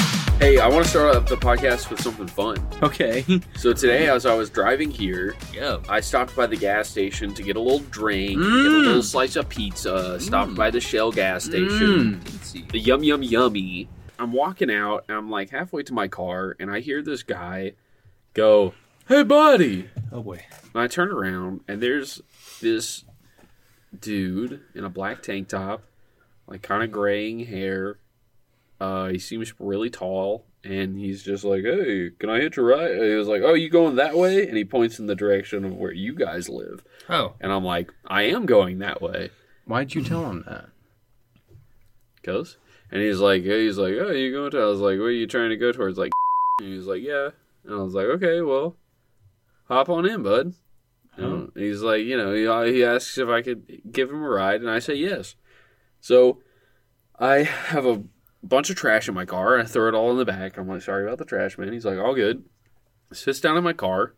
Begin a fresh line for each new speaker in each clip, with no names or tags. I want to start out the podcast with something fun.
Okay.
So today, as I was driving here,
Yo.
I stopped by the gas station to get a little drink, get a
Mm.
little slice of pizza. Stopped
Mm.
by the Shell gas station.
Mm. Let's see.
The yum yum yummy. I'm walking out, and I'm like halfway to my car, and I hear this guy go, "Hey, buddy!"
Oh boy.
And I turn around, and there's this dude in a black tank top, like kind of graying hair. Uh, he seems really tall, and he's just like, "Hey, can I hit your ride?" And he was like, "Oh, you going that way?" And he points in the direction of where you guys live.
Oh.
And I'm like, "I am going that way."
Why'd you tell him that?
Goes, and he's like, "Hey," he's like, "Oh, you going to?" I was like, "What are you trying to go towards?" Like, and he was like, "Yeah," and I was like, "Okay, well, hop on in, bud." And he's like, you know, he, he asks if I could give him a ride, and I say yes. So I have a bunch of trash in my car. I throw it all in the back. I'm like, sorry about the trash, man. He's like, all good. Sits down in my car,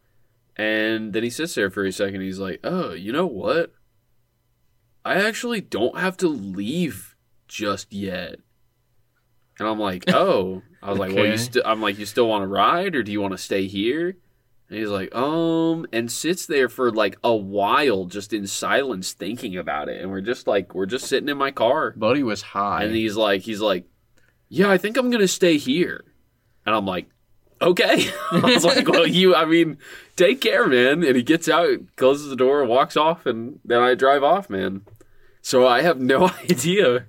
and then he sits there for a second. He's like, oh, you know what? I actually don't have to leave just yet. And I'm like, oh. I was like, well, you
Okay.
still. I'm like, you still want to ride, or do you want to stay here? And he's like, um, and sits there for like a while, just in silence, thinking about it. And we're just like, we're just sitting in my car.
Buddy was high.
And he's like, he's like, yeah, I think I'm gonna stay here. And I'm like, okay. I was like, well, you, I mean, take care, man. And he gets out, closes the door, walks off, and then I drive off, man. So I have no idea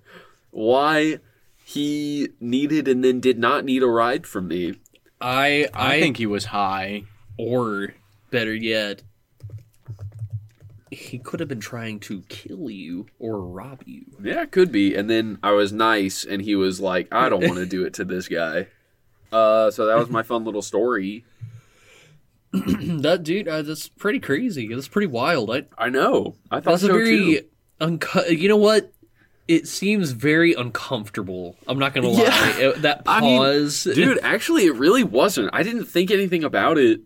why he needed and then did not need a ride from me.
I
I think he was high.
or better yet, he could have been trying to kill you or rob you.
Yeah, could be. And then I was nice, and he was like, I don't want to do it to this guy. Uh, so that was my fun little story.
that dude, uh, that's pretty crazy. That's pretty wild. I,
I know. I thought
that's a
so too.
very unco- You know what? It seems very uncomfortable. I'm not gonna lie.
Yeah.
It- that
I mean,
pause,
dude actually it really wasn't i didn't think anything about it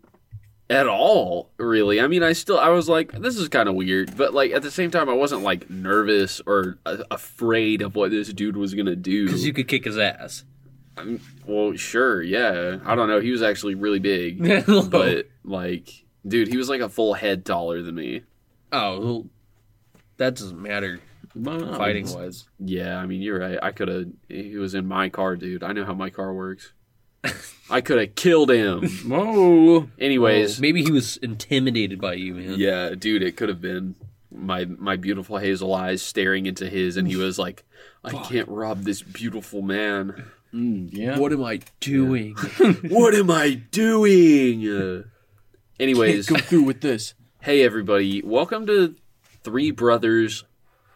at all really i mean i still i was like this is kind of weird but like at the same time i wasn't like nervous or a- afraid of what this dude was gonna do
because you could kick his ass.
well sure yeah i don't know he was actually really big
but
but like dude he was like a full head taller than me
oh, well, that doesn't matter.
Well,
Fighting wise,
yeah i mean you're right i could have he was in my car dude i know how my car works i could have killed him
Whoa.
anyways
Well, maybe he was intimidated by you, man.
Yeah, dude, it could have been my my beautiful hazel eyes staring into his, and he was like, "I can't rob this beautiful man.
Mm, yeah.
What am I doing?
what am I doing?" Uh, anyways,
Go through with this.
hey everybody, welcome to Three Brothers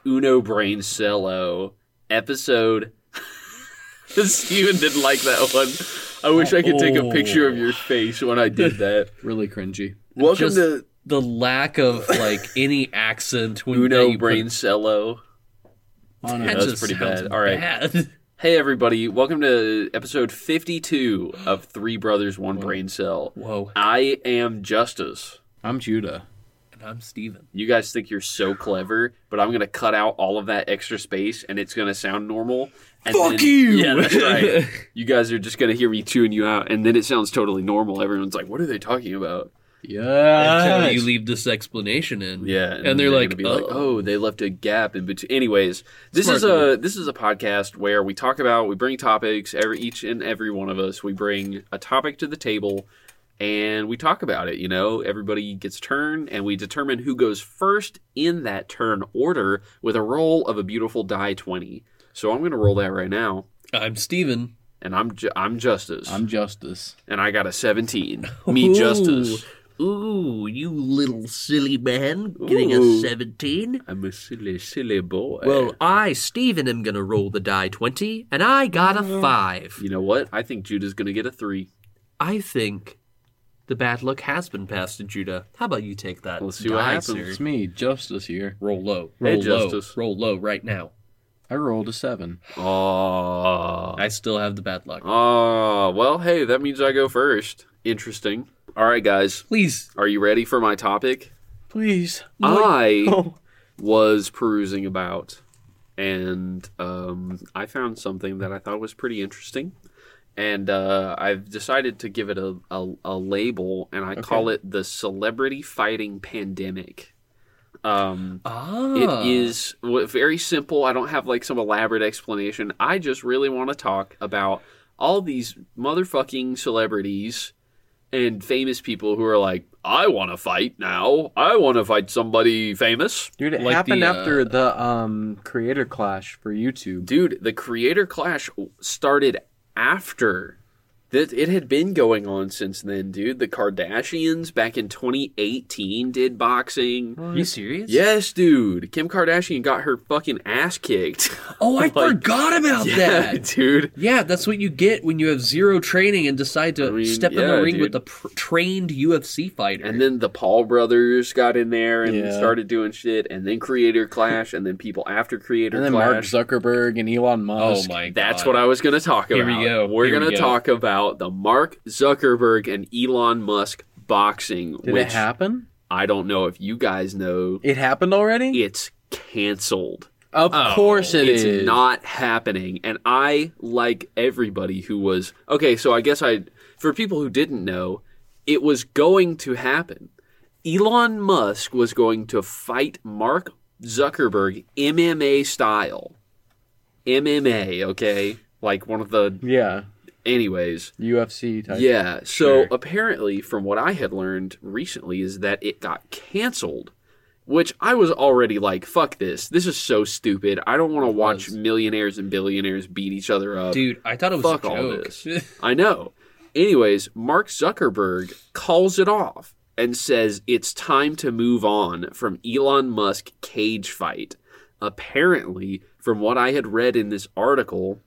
Uno Brain Cello episode. Steven didn't like that one. I wish I could take a picture of your face when I did that.
Really cringy.
Welcome
Just-
to
the lack of like any accent when that
Uno
you
Brain Cello.
Put, that
That's
just
pretty
sounds
bad. All right.
bad.
Hey everybody, welcome to episode 52 of Three Brothers One Brain Cell.
Whoa,
I am Justice.
I'm Judah.
and I'm Steven.
You guys think you're so clever, but I'm going to cut out all of that extra space and it's going to sound normal. And
Fuck
then-
you!
Yeah, that's right. you guys are just going to hear me chewing you out and then it sounds totally normal. Everyone's like, "What are they talking about?"
Yeah.
Until you leave this explanation in.
Yeah,
And, they're, like,
gonna be
oh.
like, oh, they left a gap in between. Anyways, this
Smart
is a this is a podcast where we talk about we bring topics every each and every one of us we bring a topic to the table and we talk about it. You know, everybody gets a turn and we determine who goes first in that turn order with a roll of a beautiful die twenty. So I'm gonna roll that right now,
I'm Steven.
and I'm ju- I'm Justice,
I'm Justice.
and I got a seventeen. Me Justice.
Ooh, you little silly man,
Ooh.
17.
I'm a silly, silly boy.
I, Steven, am going to roll the die 20, and I got
Uh,
a 5.
you know what? I think Judah's gonna get a three.
I think the bad luck has been passed to Judah. How about you take that?
Let's see what
die,
happens.
sir?
It's me, Justice here.
Roll low.
Hey,
Roll low.
Justice.
Roll low right now.
I rolled a seven.
Oh.
I still have the bad luck.
Oh, well, hey, that means I go first. Interesting. All right, guys,
Please.
are you ready for my topic?
Please.
I
Oh.
was perusing about and um, I found something that I thought was pretty interesting. and uh, I've decided to give it a, a, a label, and I call it the Celebrity Fighting Pandemic. Um,
Ah.
it is w very simple. I don't have like some elaborate explanation. I just really want to talk about all these motherfucking celebrities and famous people who are like, I want to fight now. I want to fight somebody famous.
Dude, it
Like
happened
the,
after
uh,
the um creator clash for YouTube.
Dude, the creator clash started after. That it had been going on since then, dude. The Kardashians back in 2018 did boxing.
Are you serious?
Yes, dude. Kim Kardashian got her fucking ass kicked.
Oh, I
Like-
forgot about
yeah,
that.
dude.
Yeah, that's what you get when you have zero training and decide to
I mean,
step in
yeah,
the ring
dude.
with a pr- trained UFC fighter.
And then the Paul brothers got in there and
Yeah.
started doing shit, and then Creator Clash, and then people after Creator
And then Mark
Clash. Oh
Zuckerberg and Elon
Oh
Musk.
That's what I was going to talk
Here
about.
we go.
We're
Here we
going to
go.
talk about the Mark Zuckerberg and Elon Musk boxing,
Did
which
it happen?
I don't know if you guys know.
It happened already?
It's canceled.
Of course it
it's
is.
not happening and i like everybody who was okay so i guess i for people who didn't know it was going to happen elon musk was going to fight mark zuckerberg mma style mma okay like one of the
Yeah.
anyways
UFC type.
yeah. So
Sure.
apparently, from what I had learned recently, is that it got canceled, which I was already like, "Fuck this! This is so stupid. I don't want to watch millionaires and billionaires beat each other up."
dude, I thought it was
fuck
a
all
joke.
this. I know. Anyways, Mark Zuckerberg calls it off and says it's time to move on from Elon Musk cage fight. Apparently, from what I had read in this article,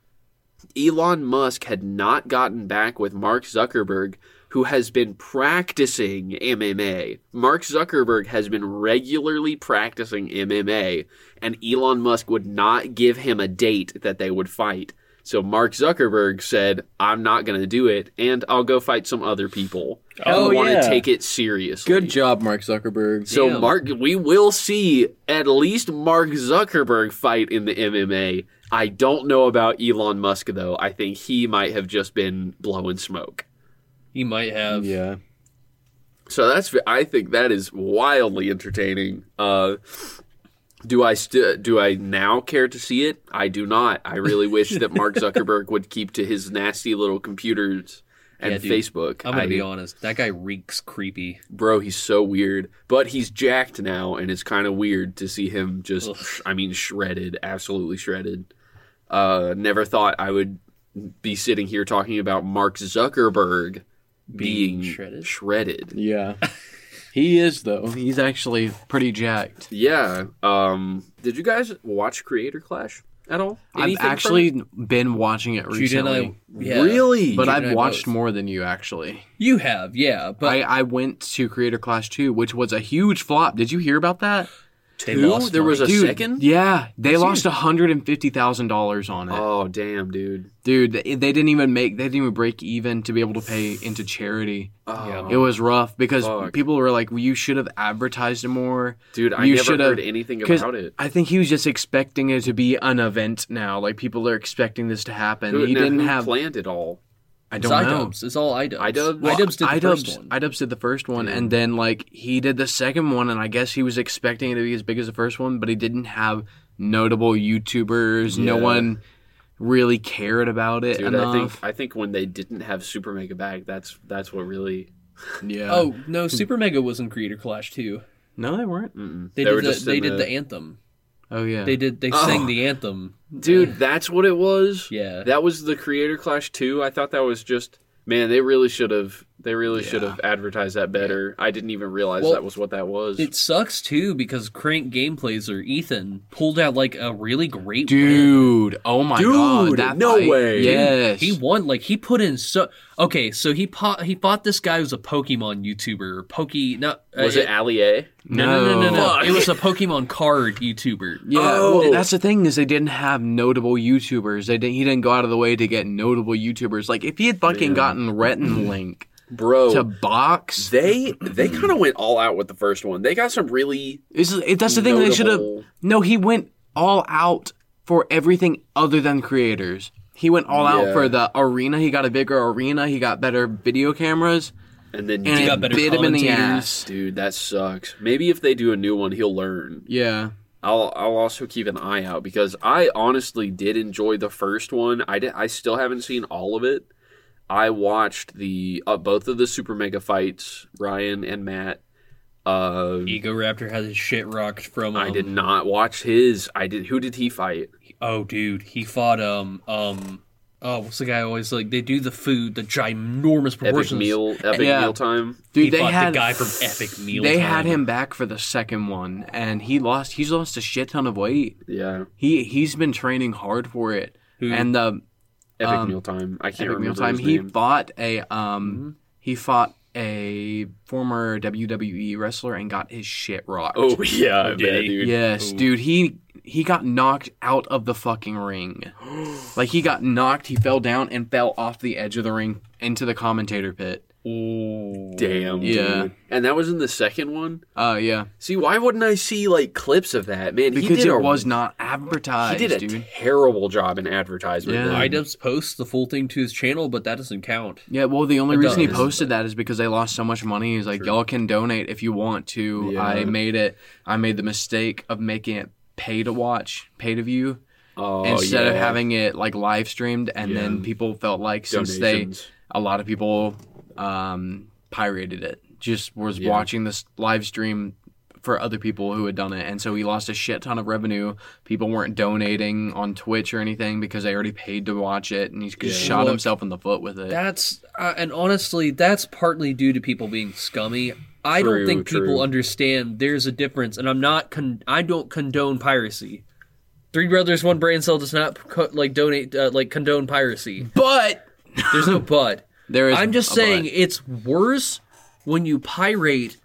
Elon Musk had not gotten back with Mark Zuckerberg, who has been practicing MMA. Mark Zuckerberg has been regularly practicing MMA, and Elon Musk would not give him a date that they would fight. So Mark Zuckerberg said, I'm not going to do it, and I'll go fight some other people.
Oh,
I want
yeah.
to take it seriously.
Good job, Mark Zuckerberg.
So
Damn.
Mark, we will see at least Mark Zuckerberg fight in the MMA. I don't know about Elon Musk though. I think he might have just been blowing smoke.
he might have.
yeah.
So that's I think that is wildly entertaining. Uh, do I st- do I now care to see it? I do not. I really wish that Mark Zuckerberg would keep to his nasty little computers and
Yeah, dude.
Facebook.
I'm gonna
I-
be honest. That guy reeks creepy.
bro, he's so weird. But he's jacked now, and it's kind of weird to see him just, I mean, shredded, absolutely shredded. Uh, never thought I would be sitting here talking about Mark Zuckerberg being,
Being shredded?
shredded.
Yeah. he is though. He's actually pretty jacked.
Yeah. Um, did you guys watch Creator Clash at all? Anything from
I've actually been watching it
Jude and
recently.
I,
it?
yeah,
really,
but
Jude
I've
and I
watched
both.
more than you actually.
You have, yeah, but
I, I went to Creator Clash 2, which was a huge flop. Did you hear about that?
they
Two?
lost
there was a
money.
Dude,
second.
Yeah, they lost hundred and fifty thousand dollars on it.
Oh damn, dude!
Dude, they, they didn't even make they didn't even break even to be able to pay into charity.
Oh,
Yeah.
It was rough because
Fuck.
people were like, well, "You should have advertised more."
dude, I
You
never
shoulda-
heard anything
'cause
about it.
I think he was just expecting it to be an event now. Like people are expecting this to happen.
Who,
he
now,
didn't
who
have.
planned it all.
I
It's
don't know.
iDubbbz. It's all iDubbbz.
iDubbbz?
Well, iDubbbz did the
iDubbbz,
first one.
iDubbbz did the first one, and then like he did the second one, and I guess he was expecting it to be as big as the first one, but he didn't have notable YouTubers. No
Yeah.
one really cared about it
Dude, I think
enough.
I think when they didn't have Super Mega Bag, that's that's what really.
yeah.
oh no, Super Mega was in Creator Clash too.
no, they weren't.
Mm-mm.
They,
They were
did the,
just
they
in
did
the-
the anthem.
Oh yeah.
They did they
Oh.
sang the anthem.
Dude, that's what it was.
Yeah.
that was the Creator Clash two. I thought that was just man. They really should have. They really should
Yeah.
have advertised that better. I didn't even realize
Well,
that was what that was.
It sucks too because Crank Gameplays or Ethan pulled out like a really great win.
Dude, oh my
Dude,
god, that
no
fight.
way.
Yes,
He won like he put in so okay. So he po- he fought this guy who's a Pokemon YouTuber. Poke no uh,
was it Ali A?
no no no no. no.
Fuck.
It was a Pokemon card YouTuber.
Yeah,
Oh.
well, that's the thing is they didn't have notable YouTubers. They didn't. He didn't go out of the way to get notable YouTubers. Like if he had fucking gotten Rhett and Link
Bro,
to box,
they they kind of went all out with the first one. They got some really
This is- it- that's the thing they should have.
Notable.
No, he went all out for everything other than creators. He went all out
Yeah.
for the arena. He got a bigger arena. He got better video cameras,
and then
and
did-
got
it
better
bit him in the
commentators.
ass.
dude, that sucks. Maybe if they do a new one, he'll learn.
Yeah,
I'll I'll also keep an eye out because I honestly did enjoy the first one. I did, I still haven't seen all of it. I watched the uh, both of the super mega fights, Ryan and Matt. Uh,
Ego Raptor has his shit rocked from. Um,
I did not watch his. I did. Who did he fight?
Oh, dude, he fought um um. Oh, what's the guy always like? They do the food, the ginormous
Epic
proportions.
Meal. Epic
Yeah.
Meal Time.
dude,
He
they
fought the
had
guy from Epic Meal
They
Time.
had him back for the second one, and he lost. He's lost a shit ton of weight.
Yeah.
He he's been training hard for it.
Who-
And the
Epic
Um,
Meal Time. I can't
Epic
remember
Meal Time,
his
he
name. Mm-hmm.
fought a um he fought a former WWE wrestler and got his shit rocked.
Oh yeah, I
Oh, did
bet,
he?
dude.
Yes, dude, he he got knocked out of the fucking ring. like he got knocked, he fell down and fell off the edge of the ring into the commentator pit.
Ooh.
Damn.
Yeah.
Dude. And that was in the second one.
Oh yeah,
See, why wouldn't I see like clips of that, man? he
because
did
it
a
was not advertised,
He did a
dude.
terrible job in advertisement.
Yeah.
though.
IDubbbz posts the full thing to his channel, but that doesn't count.
yeah, well, the only
It
reason he
does,
posted that is because they lost so much money. He's like, y'all can donate if you want to.
Yeah.
I made it. I made the mistake of making it pay to watch, pay to view.
Oh,
instead of
yeah.
having it like live streamed and then
Yeah.
people felt like since they
donations.
a lot of people um pirated it just was
Yeah.
watching this live stream for other people who had done it and so he lost a shit ton of revenue people weren't donating on twitch or anything because they already paid to watch it and he just
Yeah.
shot
Look,
himself in the foot with it
That's uh, and honestly, that's partly due to people being scummy. I
True,
don't think
true.
people understand there's a difference, and I'm not con- I don't condone piracy. Three Brothers One Brain Cell does not co- like donate uh, like condone piracy.
but
There's no but.
there is
I'm just
a
saying
but.
it's worse when you pirate c-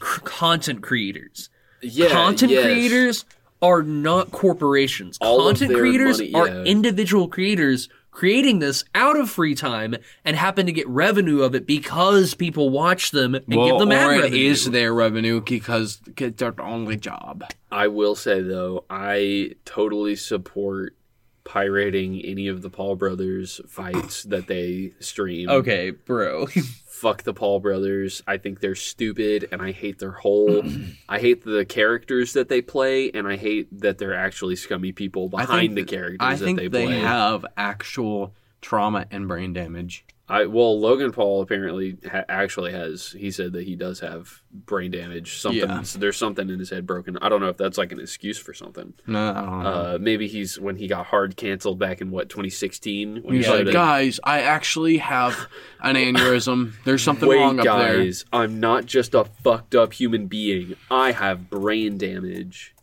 content creators.
yeah,
content
yes.
creators are not corporations.
All of
content
their
creators
money-
are
yeah.
individual creators creating this out of free time and happen to get revenue of it because people watch them and give
well,
them ad
or it
revenue.
is their revenue because it's their only job
I will say though, I totally support pirating any of the Paul brothers fights that they stream.
okay, bro.
Oh Fuck the Paul brothers. I think they're stupid and I hate their whole I hate the characters that they play and I hate that they're actually scummy people
I think
behind the
th-
characters
I think
that they,
they,
play.
have actual trauma and brain damage.
I well, Logan Paul apparently ha- actually has. He said that he does have brain damage. Something
Yeah.
there's something in his head broken. I don't know if that's like an excuse for something.
No, I don't know.
Uh, maybe he's when he got hard canceled back in what 2016. When
He's
showed
like,
it.
guys, I actually have an aneurysm. There's something
Wait,
wrong up there.
guys, I'm not just a fucked up human being. I have brain damage.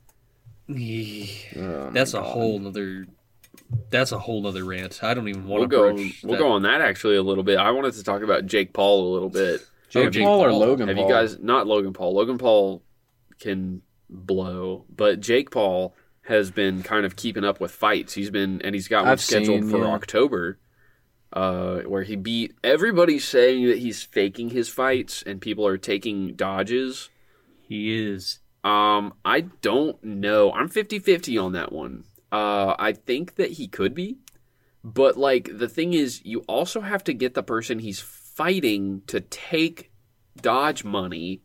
Oh
that's a whole nother that's a whole nother rant. I don't even want
We'll go.
to broach
We'll
that.
go on that actually a little bit. I wanted to talk about Jake Paul a little bit.
Jake,
Oh, Jake
Paul or
Paul.
Logan
Have
Paul?
you guys not Logan Paul? Logan Paul can blow, but Jake Paul has been kind of keeping up with fights. He's been and he's got one
I've
scheduled
seen,
for
yeah.
October, uh, where he beat. Everybody's saying that he's faking his fights, and people are taking dodges.
He is
Um, I don't know. I'm 50-50 on that one. Uh, I think that he could be, but like the thing is, you also have to get the person he's fighting to take dodge money,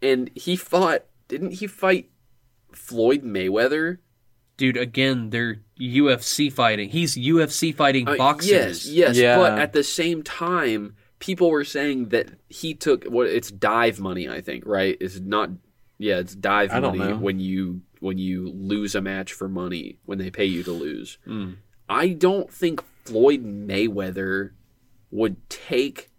and he fought. Didn't he fight Floyd Mayweather?
dude again, they're UFC fighting. He's UFC fighting
Uh,
boxers.
Yes, yes.
Yeah.
But at the same time, people were saying that he took what it's dive money. I think right. It's not. Yeah, it's dive
I don't
money
know.
when you when you lose a match for money when they pay you to lose.
Mm.
I don't think Floyd Mayweather would take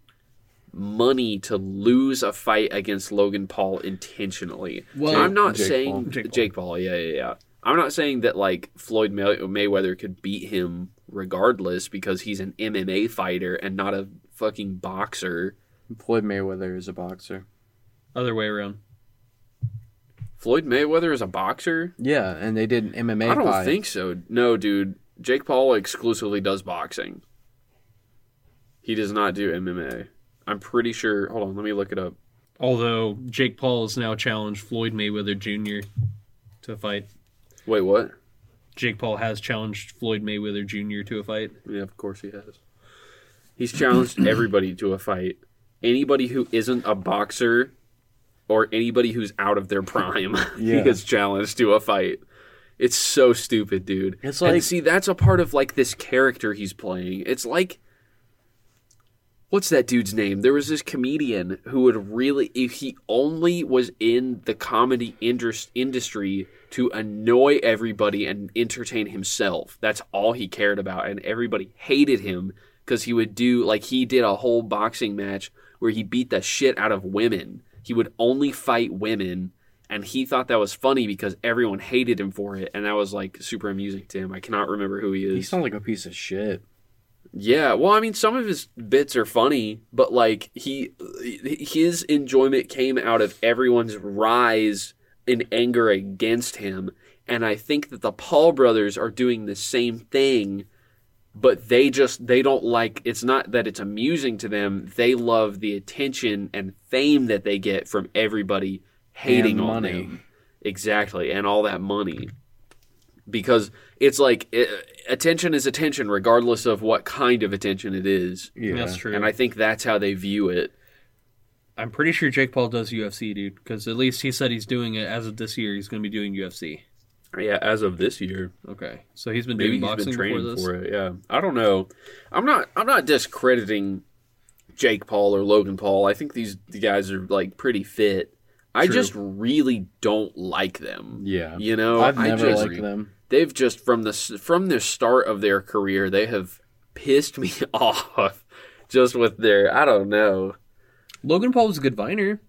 money to lose a fight against Logan Paul intentionally.
Well-
I'm not
Jake
saying
Paul.
Jake
Jake
Paul.
Paul.
Yeah, yeah, yeah. I'm not saying that like Floyd May- Mayweather could beat him regardless because he's an MMA fighter and not a fucking boxer.
Floyd Mayweather is a boxer.
Other way around.
Floyd Mayweather is a boxer?
Yeah, and they did an MMA.
I don't
fight.
think so. No, dude. Jake Paul exclusively does boxing. He does not do MMA. I'm pretty sure. Hold on, let me look it up.
Although Jake Paul has now challenged Floyd Mayweather Jr. to a fight.
Wait, what?
Jake Paul has challenged Floyd Mayweather Jr. to a fight.
Yeah, of course he has. He's challenged everybody to a fight. Anybody who isn't a boxer or anybody who's out of their prime, he
Yeah.
gets challenged to a fight. It's so stupid, dude.
It's
and
like-
see, that's a part of like this character he's playing. It's like what's that dude's name? There was this comedian who would really, if he only was in the comedy indus- industry to annoy everybody and entertain himself, that's all he cared about. And everybody hated him because he would do, like, he did a whole boxing match where he beat the shit out of women. He would only fight women. And he thought that was funny because everyone hated him for it. And that was, like, super amusing to him. I cannot remember who he is.
He sounds like a piece of shit.
Yeah, well, I mean, some of his bits are funny, but like he, his enjoyment came out of everyone's rise in anger against him, and I think that the Paul brothers are doing the same thing, but they just they don't like. It's not that it's amusing to them; they love the attention and fame that they get from everybody hating
And
on
money.
them. Exactly, and all that money. Because it's like i attention is attention, regardless of what kind of attention it is.
Yeah.
That's true.
And I think that's how they view it.
I'm pretty sure Jake Paul does UFC, dude, because at least he said he's doing it as of this year. He's going to be doing UFC.
Yeah, as of this year,
Okay, so he's been
maybe
doing
he's
boxing
been
before
training
this.
for it. Yeah, I don't know. I'm not. I'm not discrediting Jake Paul or Logan Paul. I think these the guys are like pretty fit. I
True.
just really don't like them.
Yeah.
You know,
I've
I
never
just-
liked them.
they've just from the s- from the start of their career they have pissed me off just with their I don't know
Logan Paul was a good viner.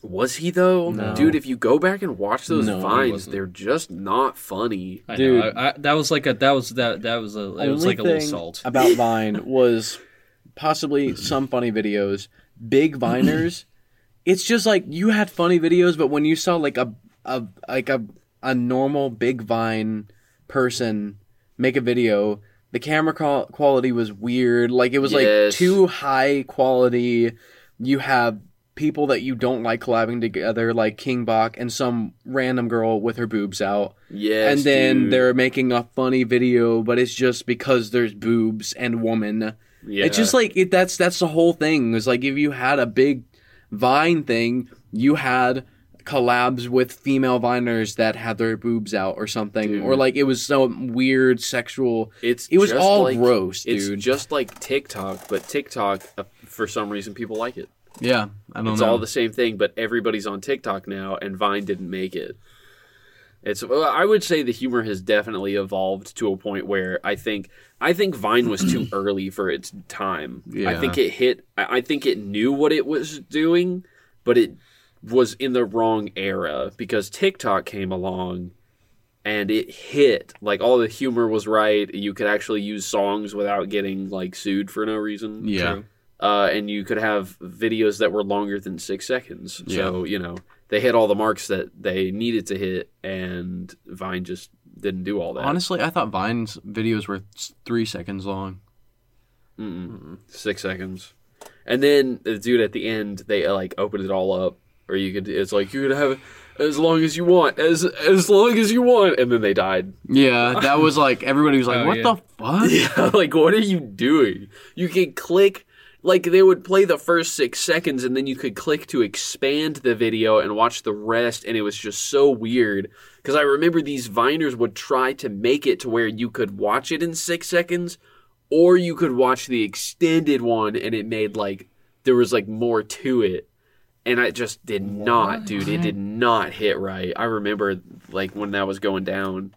was he though
No.
dude if you go back and watch those
No, he
vines
wasn't.
they're just not funny
I
Dude.
know. I, I, that was like a that was that that was a it was
Only
like a little
thing
salt.
about Vine was possibly some funny videos. Big Viners, it's just like you had funny videos, but when you saw like a a like a a normal big Vine person make a video, the camera qual- quality was weird. Like it was
Yes.
like too high quality. You have people that you don't like collabing together, like King Bach and some random girl with her boobs out
yes
and then
dude.
they're making a funny video, but it's just because there's boobs and woman.
yeah.
It's just like it, that's that's the whole thing. It's like if you had a big Vine thing, you had collabs with female viners that had their boobs out or something, or
Dude.
like it was some weird sexual.
it's
It was
just
all
like-
gross,
it's
dude.
just like TikTok but TikTok uh, for some reason people like it
Yeah, I don't
it's
know.
all the same thing but everybody's on TikTok now and Vine didn't make it It's well, I would say the humor has definitely evolved to a point where I think I think Vine was too early for its time. I
Yeah.
think it hit I I think it knew what it was doing, but it was in the wrong era because TikTok came along and it hit. Like all the humor was right. You could actually use songs without getting like sued for no reason.
Yeah.
True.
Uh, and you could have videos that were longer than six seconds. So, you know, they hit all the marks that they needed to hit, and Vine just didn't do all that.
Honestly, I thought Vine's videos were s- three seconds long.
Mm-mm. Six seconds. And then, uh, dude, at the end, they uh, like opened it all up, or you could, it's like, you could have it as long as you want, as as long as you want. And then they died.
Yeah, that was like everybody was like,
Oh,
"What
yeah.
the fuck?"
Yeah, like what are you doing? You could click like they would play the first six seconds and then you could click to expand the video and watch the rest and it was just so weird because i remember these viners would try to make it to where you could watch it in six seconds or you could watch the extended one and it made like there was like more to it and i just did not dude it did not hit right i remember like when that was going down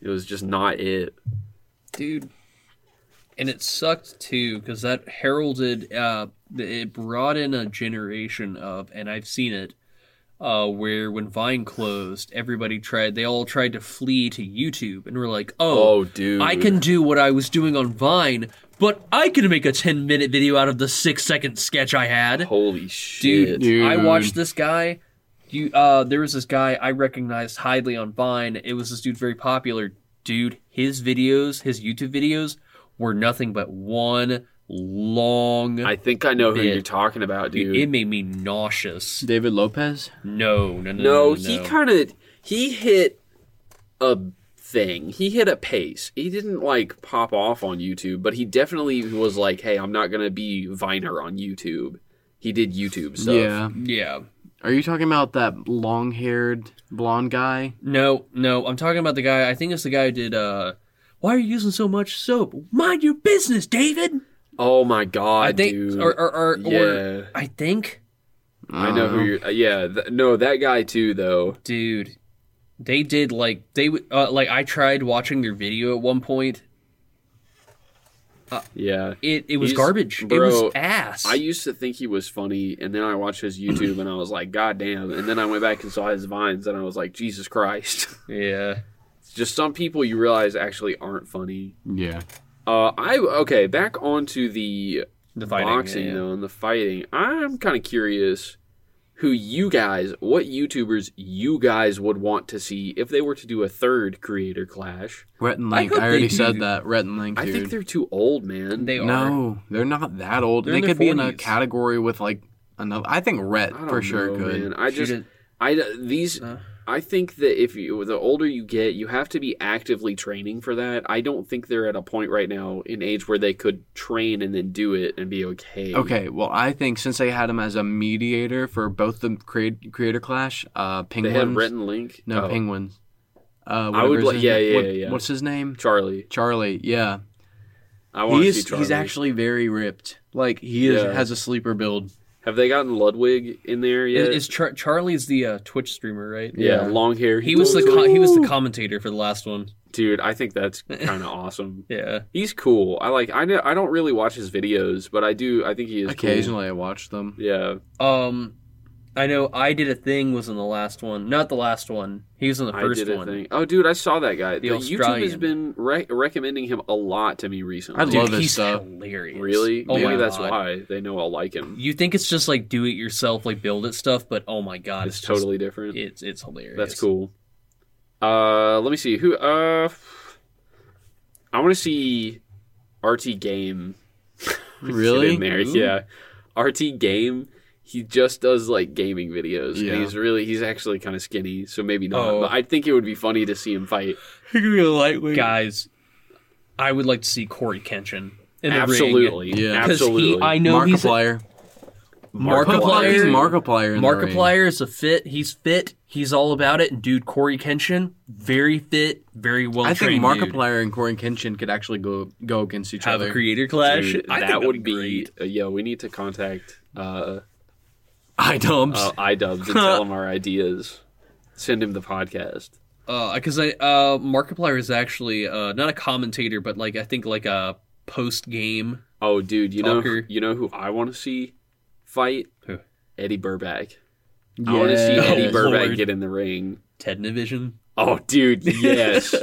it was just not it
dude. And it sucked too because that heralded, uh, it brought in a generation of, and I've seen it, uh, where when Vine closed, everybody tried, they all tried to flee to YouTube, and were like, "Oh,
Oh, dude.
I can do what I was doing on Vine, but I can make a ten minute video out of the six second sketch I had."
Holy shit.
dude,
Dude.
I watched this guy. You, uh, there was this guy I recognized highly on Vine. It was this dude very popular. Dude, his videos, his YouTube videos, were nothing but one long.
I think I know who
Bit.
you're talking about, dude.
It made me nauseous.
David Lopez.
No, no, no, no.
no,
no,
he
no.
kind of he hit a thing. He hit a pace. He didn't like pop off on YouTube, but he definitely was like, "Hey, I'm not gonna be Viner on YouTube." He did YouTube stuff.
Yeah.
Yeah.
Are you talking about that long haired blonde guy?
No, no, I'm talking about the guy. I think it's the guy who did. uh Why are you using so much soap? Mind your business, David.
Oh my god,
I think,
dude.
or or, or, Uh-huh.
yeah.
or I think,
I know
Um,
who you're. Yeah, th- no, that guy too, though.
dude, they did like they w- uh, like I tried watching their video at one point.
Yeah,
It it was
He's-
garbage. it
bro,
was ass.
I used to think he was funny, and then I watched his YouTube, and I was like, "God damn!" And then I went back and saw his vines, and I was like, "Jesus Christ!"
yeah.
Just some people you realize actually aren't funny.
Yeah.
Uh, I okay. Back onto the
The fighting,
boxing
yeah, yeah.
though, and the fighting. I'm kind of curious who you guys, what YouTubers you guys would want to see if they were to do a third creator clash.
Rhett and
I
Link.
hope
I, already
they do-
said that. Rhett and Link,
I
dude.
think they're too old, man.
They are.
no, they're not that old.
They're
they
in their
could be in a
40s.
category with like another. I think Rhett
I don't
for sure
know,
could.
Man. I
She
just
did-
I these
Uh.
I think that if you the older you get, you have to be actively training for that. I don't think they're at a point right now in age where they could train and then do it and be okay.
Okay, well, I think since they had him as a mediator for both the create, creator clash, uh,
They
penguins.
had written link.
no,
Oh,
penguins. Uh,
I would
whatever's
like-
his
yeah,
name-
yeah,
what-
yeah, yeah.
What's his name?
Charlie.
Charlie. Yeah,
I want to see
he's
Charlie.
he's actually very ripped. Like he is,
Yeah.
has a sleeper build.
Have they gotten Ludwig in there yet?
Is, is Char- Charlie's the uh, Twitch streamer, right?
yeah,
yeah.
long hair.
He was the co- he was the commentator for the last one.
dude. I think that's kind of awesome.
Yeah.
He's cool. I like. I know. I don't really watch his videos, but I do. I think he is cool.
Occasionally, I watch them.
Yeah.
Um, I know I did a thing was in the last one, not the last one. He was in the first
I did a
one.
thing. Oh, dude, I saw that guy. The YouTube has
Australian.
been re- recommending him a lot to me recently.
I
Dude,
love his
he's
stuff.
hilarious.
Really?
Oh
Maybe
my
that's
God.
why they know I'll like him.
You think it's just like do it yourself, like build it stuff, but oh my god,
It's,
it's, just-
totally different.
it's it's hilarious.
That's cool. Uh, let me see who. Uh, I want to see RT Game. Get
Really?
in there,
Ooh.
yeah. RT Game. He just does like gaming videos,
Yeah.
and he's really he's actually kind of skinny, so maybe not.
Oh.
But I think it would be funny to see him fight.
He could be a lightweight.
guys. I would like to see Corey Kenshin in the
Absolutely,
Yeah.
yeah,
'Cause he-
absolutely.
I know he's a-
Markiplier.
Markiplier.
He's Markiplier.
ring.
in the ring.
Markiplier is a fit. He's fit. He's all about it. And dude, Corey Kenshin, very fit, very well
I think
trained.
Markiplier and Corey Kenshin could actually go go against each
have
other.
a creator clash.
Dude,
I
that
think that'd
would be
great.
uh, yo. We need to contact uh,
I dumps.
uh, iDubbbz and tell him our ideas. Send him the podcast.
because I uh, Markiplier is actually uh, not a commentator, but like I think like a post game.
Oh, dude, you know
Talker.
you know who I want to see fight?
Who?
Eddie Burback. I want to see
Yes.
Eddie
Oh,
Burback
Lord.
get in the ring.
Tednavision.
Oh, dude, yes,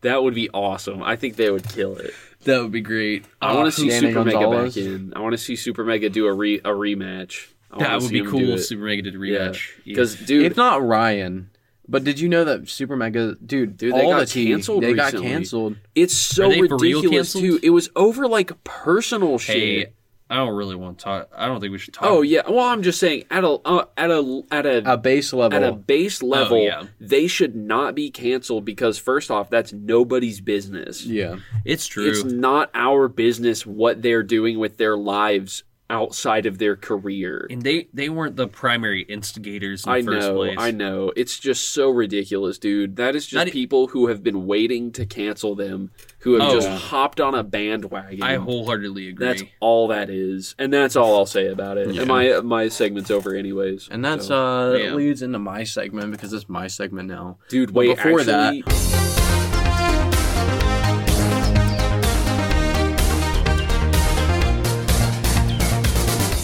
that would be awesome. I think they would kill it.
That would be great.
I
Uh,
want to see
Danny
Super Mega back
Gonzalez.
in. I want to see Super Mega do a re a rematch. I wanna
that would
see
be
him
cool
do
if
it.
Super Mega did a
Yeah,
rematch.
because dude,
It's not Ryan. But did you know that Super Mega dude?
Dude, they
all
got
the tea,
canceled
They got
recently.
canceled.
It's so
Are they for real
ridiculous too.
canceled?
It was over like personal
hey,
shit.
I don't really want to talk. I don't think we should talk.
Oh yeah. Well, I'm just saying at a uh, at a at a
A base level.
at a base level,
Oh, yeah.
they should not be canceled because first off, that's nobody's business.
yeah.
it's true.
It's not our business what they're doing with their lives outside of their career.
and they they weren't the primary instigators in
I
the first
know,
place.
I know. It's just so ridiculous, dude. That is just
Not e-
people who have been waiting to cancel them, who have
Oh.
just hopped on a bandwagon.
I wholeheartedly agree.
That's all that is, and that's all I'll say about it. And my my segment's over, anyways.
and that's
So-
uh that
yeah.
leads into my segment because it's my segment now.
dude. Wait,
before
actually,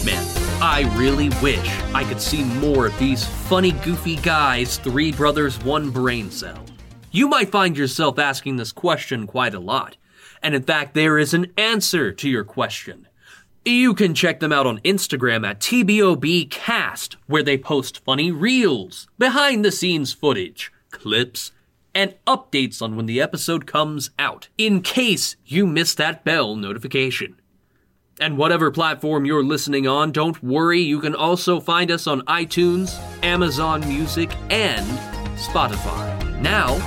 Man, I really wish I could see more of these funny, goofy guys, three brothers, one brain cell. You might find yourself asking this question quite a lot, and in fact, there is an answer to your question. You can check them out on Instagram at TBOBcast, where they post funny reels, behind the scenes footage, clips, and updates on when the episode comes out, in case you missed that bell notification. And whatever platform you're listening on, don't worry, you can also find us on iTunes, Amazon Music, and Spotify. Now,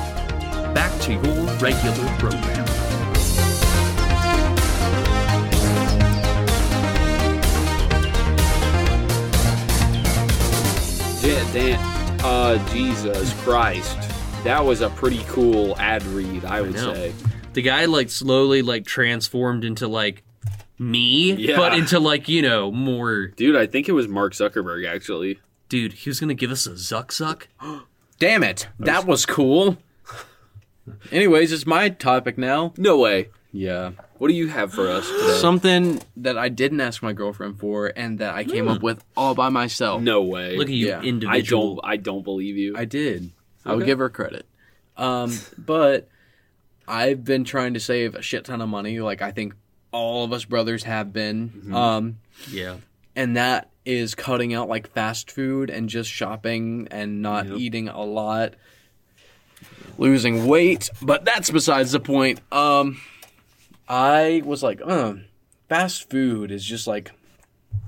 back to your regular program.
Yeah, Dan, uh, Jesus Christ. That was a pretty cool ad read, I would
know.
say.
The guy like slowly like transformed into like me,
Yeah.
but into like you know more
Dude, I think it was Mark Zuckerberg, actually.
dude. He was gonna give us a zuck zuck.
Damn it. That was cool. Anyways, it's my topic now.
No way.
Yeah.
What do you have for us today?
Something that I didn't ask my girlfriend for and that I came up with all by myself.
Hmm. no way.
Look at you,
Yeah. I
I
individual.
don't I don't believe you.
I did. I
Okay.
would give her credit.
Um
But I've been trying to save a shit ton of money, like I think all of us brothers have been.
Mm-hmm.
Um,
Yeah,
and that is cutting out like fast food and just shopping and not eating a lot losing weight but that's besides the point um
I was like, uh, fast food is just like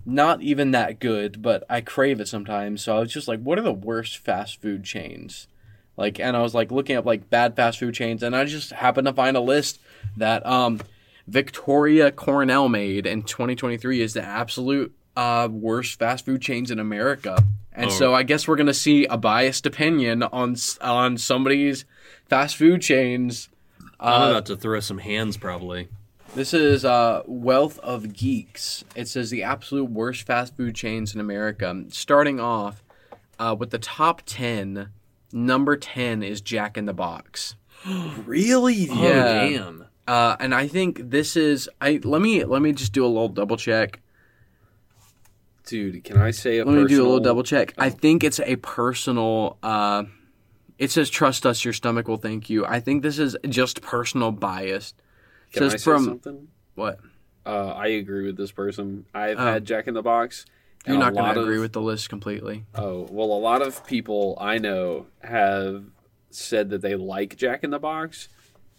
not even that good, but I crave it sometimes. So I was just like, what are the worst fast food chains? Like, and I was like looking up like bad fast food chains, and I just happened to find a list
that um victoria cornell made in 2023 is the absolute uh worst fast food chains in america and so i guess we're gonna see a biased opinion on s- on somebody's fast food chains Uh,
I'm about to throw some hands probably.
This is uh, Wealth of Geeks. It says the absolute worst fast food chains in America. Starting off uh, with the top 10, number 10 is Jack in the Box.
really?
Oh
Yeah.
damn.
Uh, and I think this is I let me let me just do a little double check.
Dude, can I say a
Let me do a
personal-
little double check. I think it's a personal uh, it says trust us your stomach will thank you. I think this is just personal bias. It
Can I
says
say
from
something?
what?
Uh, I agree with this person. I've
Oh.
had Jack in the Box.
You're
and a
not going
lot
to
of-
agree with the list completely.
Oh, well, a lot of people I know have said that they like Jack in the Box.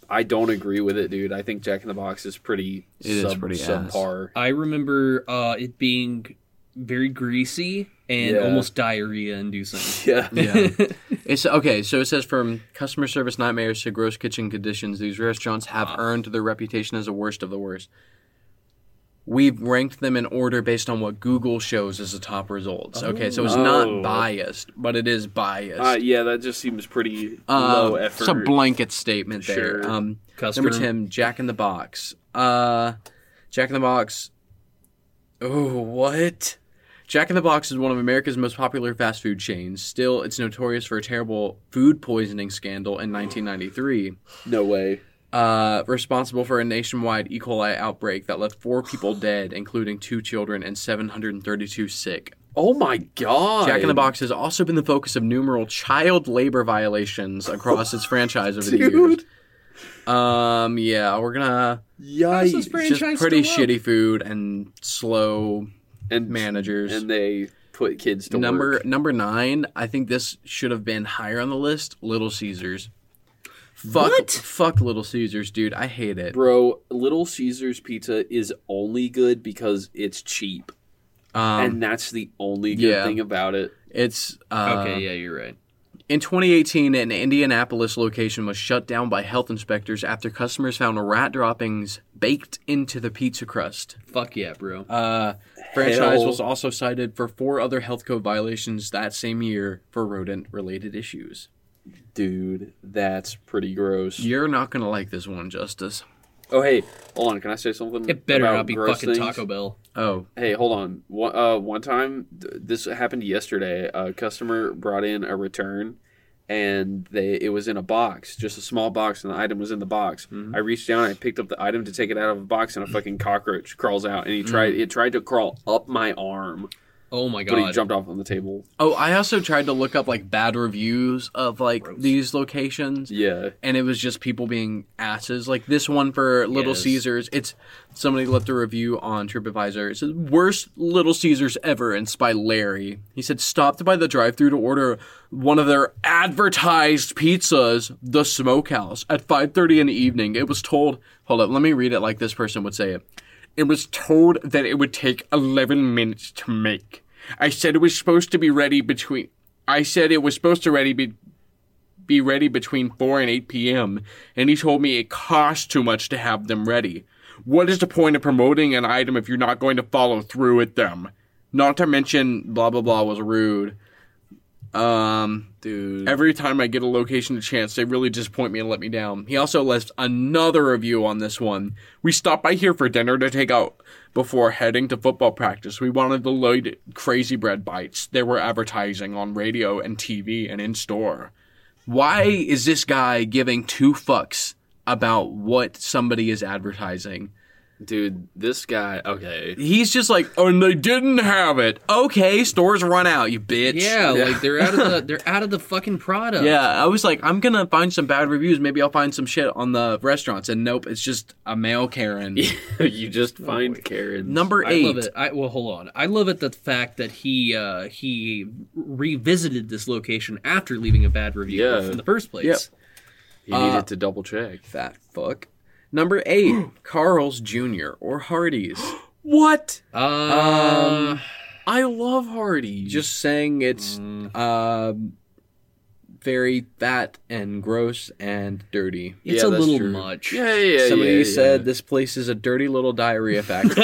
I don't agree with it, dude. I think Jack in the Box is pretty,
It is pretty ass.
subpar.
I remember uh, it being very greasy and
Yeah.
almost diarrhea inducing.
Yeah.
Yeah. it's okay, so it says from customer service nightmares to gross kitchen conditions, these restaurants have
Ah.
earned their reputation as the worst of the worst. We've ranked them in order based on what Google shows as the top results. Okay, so it's
Oh.
not biased, but it is biased.
Uh, yeah, that just seems pretty
Uh,
low effort.
It's a blanket statement there.
Sure.
Um,
Customer
number ten, Jack in the Box. Uh, Jack in the Box. Oh, what? Jack in the Box is one of America's most popular fast food chains. Still, it's notorious for a terrible food poisoning scandal in 1993,
no way.
uh, responsible for a nationwide E. coli outbreak that left four people dead, including two children and 732 sick.
Oh my god.
Jack in the Box has also been the focus of numerous child labor violations across its franchise over the years.
Dude.
Um, yeah, we're gonna
Yikes.
just pretty shitty food and slow
and
managers.
and they put kids to
number
work.
number nine, I think this should have been higher on the list. Little Caesars. Fuck,
What?
fuck Little Caesars, dude. I hate it.
Bro, Little Caesars pizza is only good because it's cheap,
Um,
and that's the only good
yeah.
thing about it.
it's uh,
okay, yeah, you're right.
In 2018, an Indianapolis location was shut down by health inspectors after customers found rat droppings baked into the pizza crust.
Fuck yeah, bro.
Uh, franchise
Hell.
was also cited for four other health code violations that same year for rodent related issues.
Dude, that's pretty gross.
You're not gonna like this one, Justice.
Oh hey, hold on. Can I say something?
It better
about
not be
gross
fucking
things?
Taco Bell.
Oh,
Hey, hold on. One, uh, one time, th- this happened yesterday. A customer brought in a return, and they it was in a box, just a small box, and the item was in the box. I reached down, I picked up the item to take it out of the box, and a fucking cockroach crawls out, and he tried it tried to crawl up my arm,
Oh my
but he
god.
jumped off on the table.
oh! I also tried to look up like bad reviews of like these locations,
Yeah,
and it was just people being asses. Like this one for Little
Yes.
Caesars, it's somebody left a review on TripAdvisor. It says worst Little Caesars ever, and it's by Larry. He said stopped by the drive-through to order one of their advertised pizzas, the Smokehouse, at 5:30 in the evening. It was told, hold up, let me read it like this person would say it. It was told that it would take 11 minutes to make. I said it was supposed to be ready between. I said it was supposed to ready be be ready between 4 and 8 p.m., and he told me it costs too much to have them ready. What is the point of promoting an item if you're not going to follow through with them? Not to mention, blah, blah, blah was rude. Um,
dude.
Every time I get a location to chance, they really disappoint me and let me down. He also left another review on this one. We stopped by here for dinner to take out before heading to football practice. We wanted the Lloyd Crazy Bread Bites. They were advertising on radio and TV and in store. Why is this guy giving two fucks about what somebody is advertising?
Dude, this guy. Okay.
He's just like, oh, and they didn't have it. Okay, stores run out, you bitch.
Yeah, like they're out of the they're out of the fucking product.
Yeah, I was like, I'm gonna find some bad reviews. Maybe I'll find some shit on the restaurants. And nope, it's just a male Karen.
you just find Karen.
Number
I
eight.
love it. I well, hold on. I love it the fact that he uh he revisited this location after leaving a bad review
Yeah.
in the first place.
Yep.
You needed to double check.
Fat fuck. Number eight. Carl's Jr. or Hardee's.
What?
Uh,
Um, I love Hardy.
just saying, it's um, very fat and gross and dirty.
it's
Yeah,
a
that's
little
true.
much.
yeah, yeah, yeah.
Somebody
yeah,
said this place is a dirty little diarrhea factory.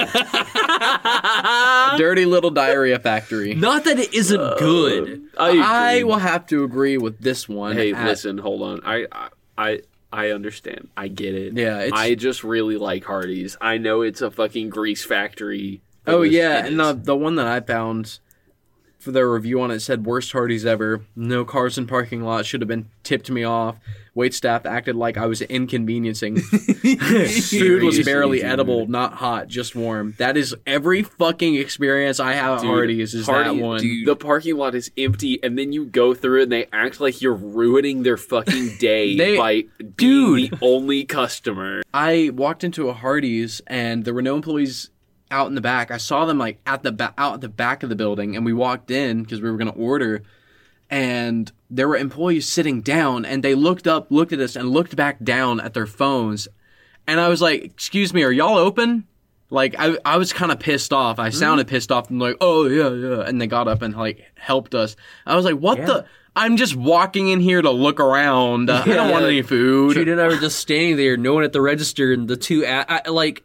A dirty little diarrhea factory.
Not that it isn't
Uh,
good.
I,
I
agree.
will have to agree with this one.
Hey,
at-
listen, hold on. I, I, I, I understand. I get it.
Yeah, it's-
I just really like Hardee's. I know it's a fucking grease factory. but
Oh
it's-
yeah,
it
and the
is.
the one that I found for their review on it said worst Hardee's ever. No cars in parking lot should have been tipped me off. Wait staff acted like I was inconveniencing. Food was
Seriously,
barely
dude.
edible, not hot, just warm. That is every fucking experience I have at
Dude,
Hardee's is
Hardee's,
that one.
dude.
the parking lot is empty, and then you go through it, and they act like you're ruining their fucking day
They-
by being
Dude.
the only customer.
I walked into a Hardee's and there were no employees out in the back. I saw them like at the ba- out at the back of the building, and we walked in because we were gonna order, and there were employees sitting down, and they looked up, looked at us, and looked back down at their phones, and I was like, "Excuse me, are y'all open?" Like I, I was kind of pissed off.
Mm-hmm.
I sounded pissed off and like, oh yeah, yeah. And they got up and like helped us. I was like, what the? I'm just walking in here to look around. I don't want any food.
Jude and I were just standing there, no one at the register, and the two a I, like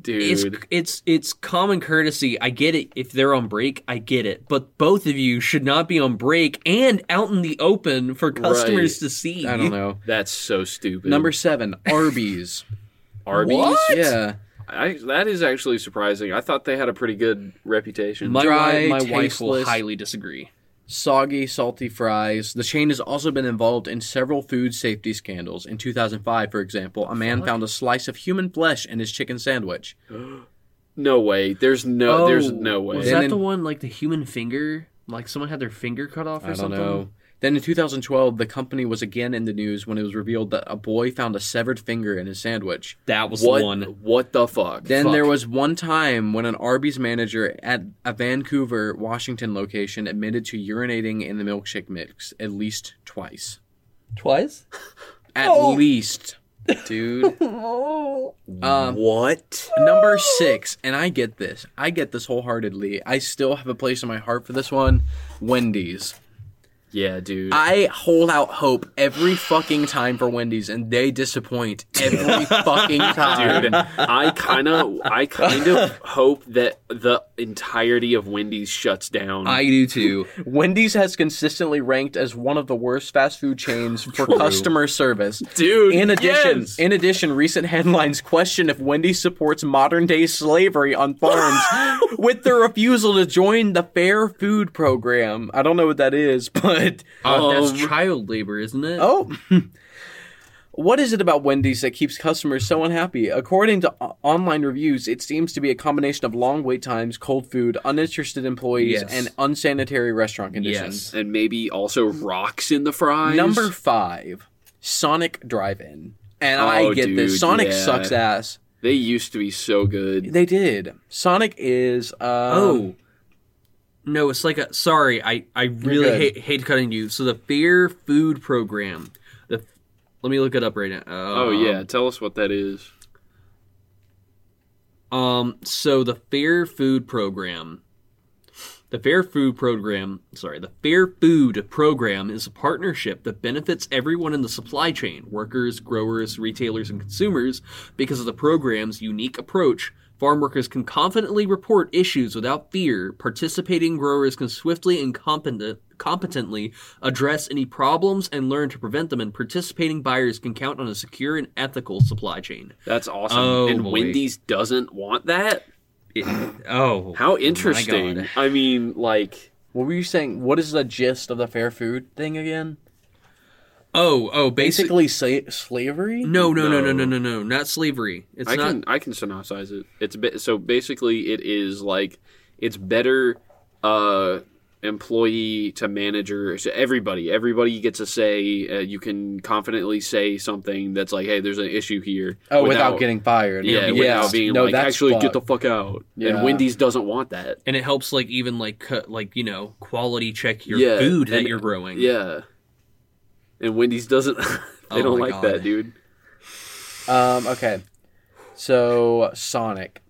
Dude,
it's it's it's common courtesy. I get it if they're on break, I get it, but both of you should not be on break and out in the open for customers
Right.
to see.
I don't know.
that's so stupid.
Number seven, Arby's.
Arby's.
Yeah,
I, that is actually surprising. I thought they had a pretty good reputation.
My, wi-
Dry,
my wife will
tasteless.
highly disagree.
soggy, salty fries. The chain has also been involved in several food safety scandals. In 2005, for example, a man found a slice of human flesh in his chicken sandwich.
no way. There's no.
Oh,
there's no way.
Was
Then
that
in-
the one like the human finger? Like someone had their finger cut off or
I don't
something?
know. Then in 2012, the company was again in the news when it was revealed that a boy found a severed finger in his sandwich.
That was
what?
the one.
What the fuck?
Then
Fuck.
there was one time when an Arby's manager at a Vancouver, Washington location admitted to urinating in the milkshake mix at least twice.
Twice?
At least, dude. um,
what?
number six, and I get this. I get this wholeheartedly. I still have a place in my heart for this one. Wendy's.
Yeah, dude.
I hold out hope every fucking time for Wendy's, and they disappoint every fucking time.
Dude, I kind of, I kind of hope that the entirety of Wendy's shuts down.
I do too.
Wendy's has consistently ranked as one of the worst fast food chains for customer service.
dude.
In addition,
yes!
in addition, recent headlines question if Wendy's supports modern day slavery on farms with their refusal to join the Fair Food Program. I don't know what that is, but
Uh, that's
Um,
child labor, isn't it?
oh. What is it about Wendy's that keeps customers so unhappy? According to o- online reviews, it seems to be a combination of long wait times, cold food, uninterested employees,
Yes.
and unsanitary restaurant conditions.
yes.
and maybe also rocks in the fries.
Number five, Sonic Drive-In, and I
Oh,
get
dude,
this. Sonic
yeah.
sucks ass.
they used to be so good.
They did. Sonic is. Um,
uh,
Oh. No, it's like a sorry, I, I really
good.
hate, hate cutting you. So the Fair Food Program. The let me look it up right now.
Oh yeah, tell us what that is.
Um so the Fair Food Program The Fair Food Program, sorry, the Fair Food Program is a partnership that benefits everyone in the supply chain, workers, growers, retailers, and consumers. Because of the program's unique approach, farm workers can confidently report issues without fear. Participating growers can swiftly and competent, competently address any problems and learn to prevent them, and participating buyers can count on a secure and ethical supply chain.
That's awesome.
Oh,
and
boy.
Wendy's doesn't want that?
It- oh,
How interesting.
God.
I mean, like
What were you saying? What is the gist of the fair food thing again?
oh, oh, basically.
Basically, sa- slavery.
No, no, no, no,
No.
no, no, no, not slavery. It's
I
not.
can I can synopsize it. It's a bit, so basically it is like it's better uh employee to manager so everybody everybody gets a say uh, you can confidently say something that's like hey there's an issue here
Oh, without, getting fired.
yeah,
Yes.
without being
No,
like
that's
actually get the
fucked.
fuck out
Yeah.
and Wendy's doesn't want that
and it helps like even like cut like you know quality check your
Yeah,
food that
and-
you're growing.
yeah and Wendy's doesn't they
Oh
don't
my
like
God.
that dude
Um, okay. So Sonic.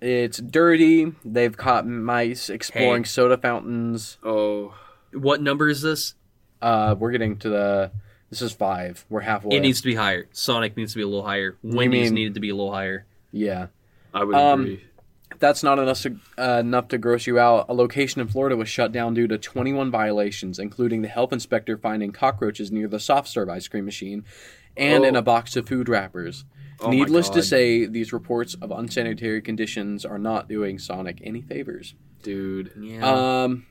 It's dirty. They've caught mice exploring
Hey.
soda fountains.
oh
What number is this?
Uh, we're getting to the. This is five. We're halfway.
It needs to be higher. Sonic needs to be a little higher. Wendy's
mean-
needed to be a little higher.
yeah.
I would
Um,
agree
If that's not enough to, uh, enough to gross you out, a location in Florida was shut down due to 21 violations, including the health inspector finding cockroaches near the soft serve ice cream machine and in
Oh.
a box of food wrappers.
Oh my
Needless to
God.
say, these reports of unsanitary conditions are not doing Sonic any favors.
dude
Yeah.
Um,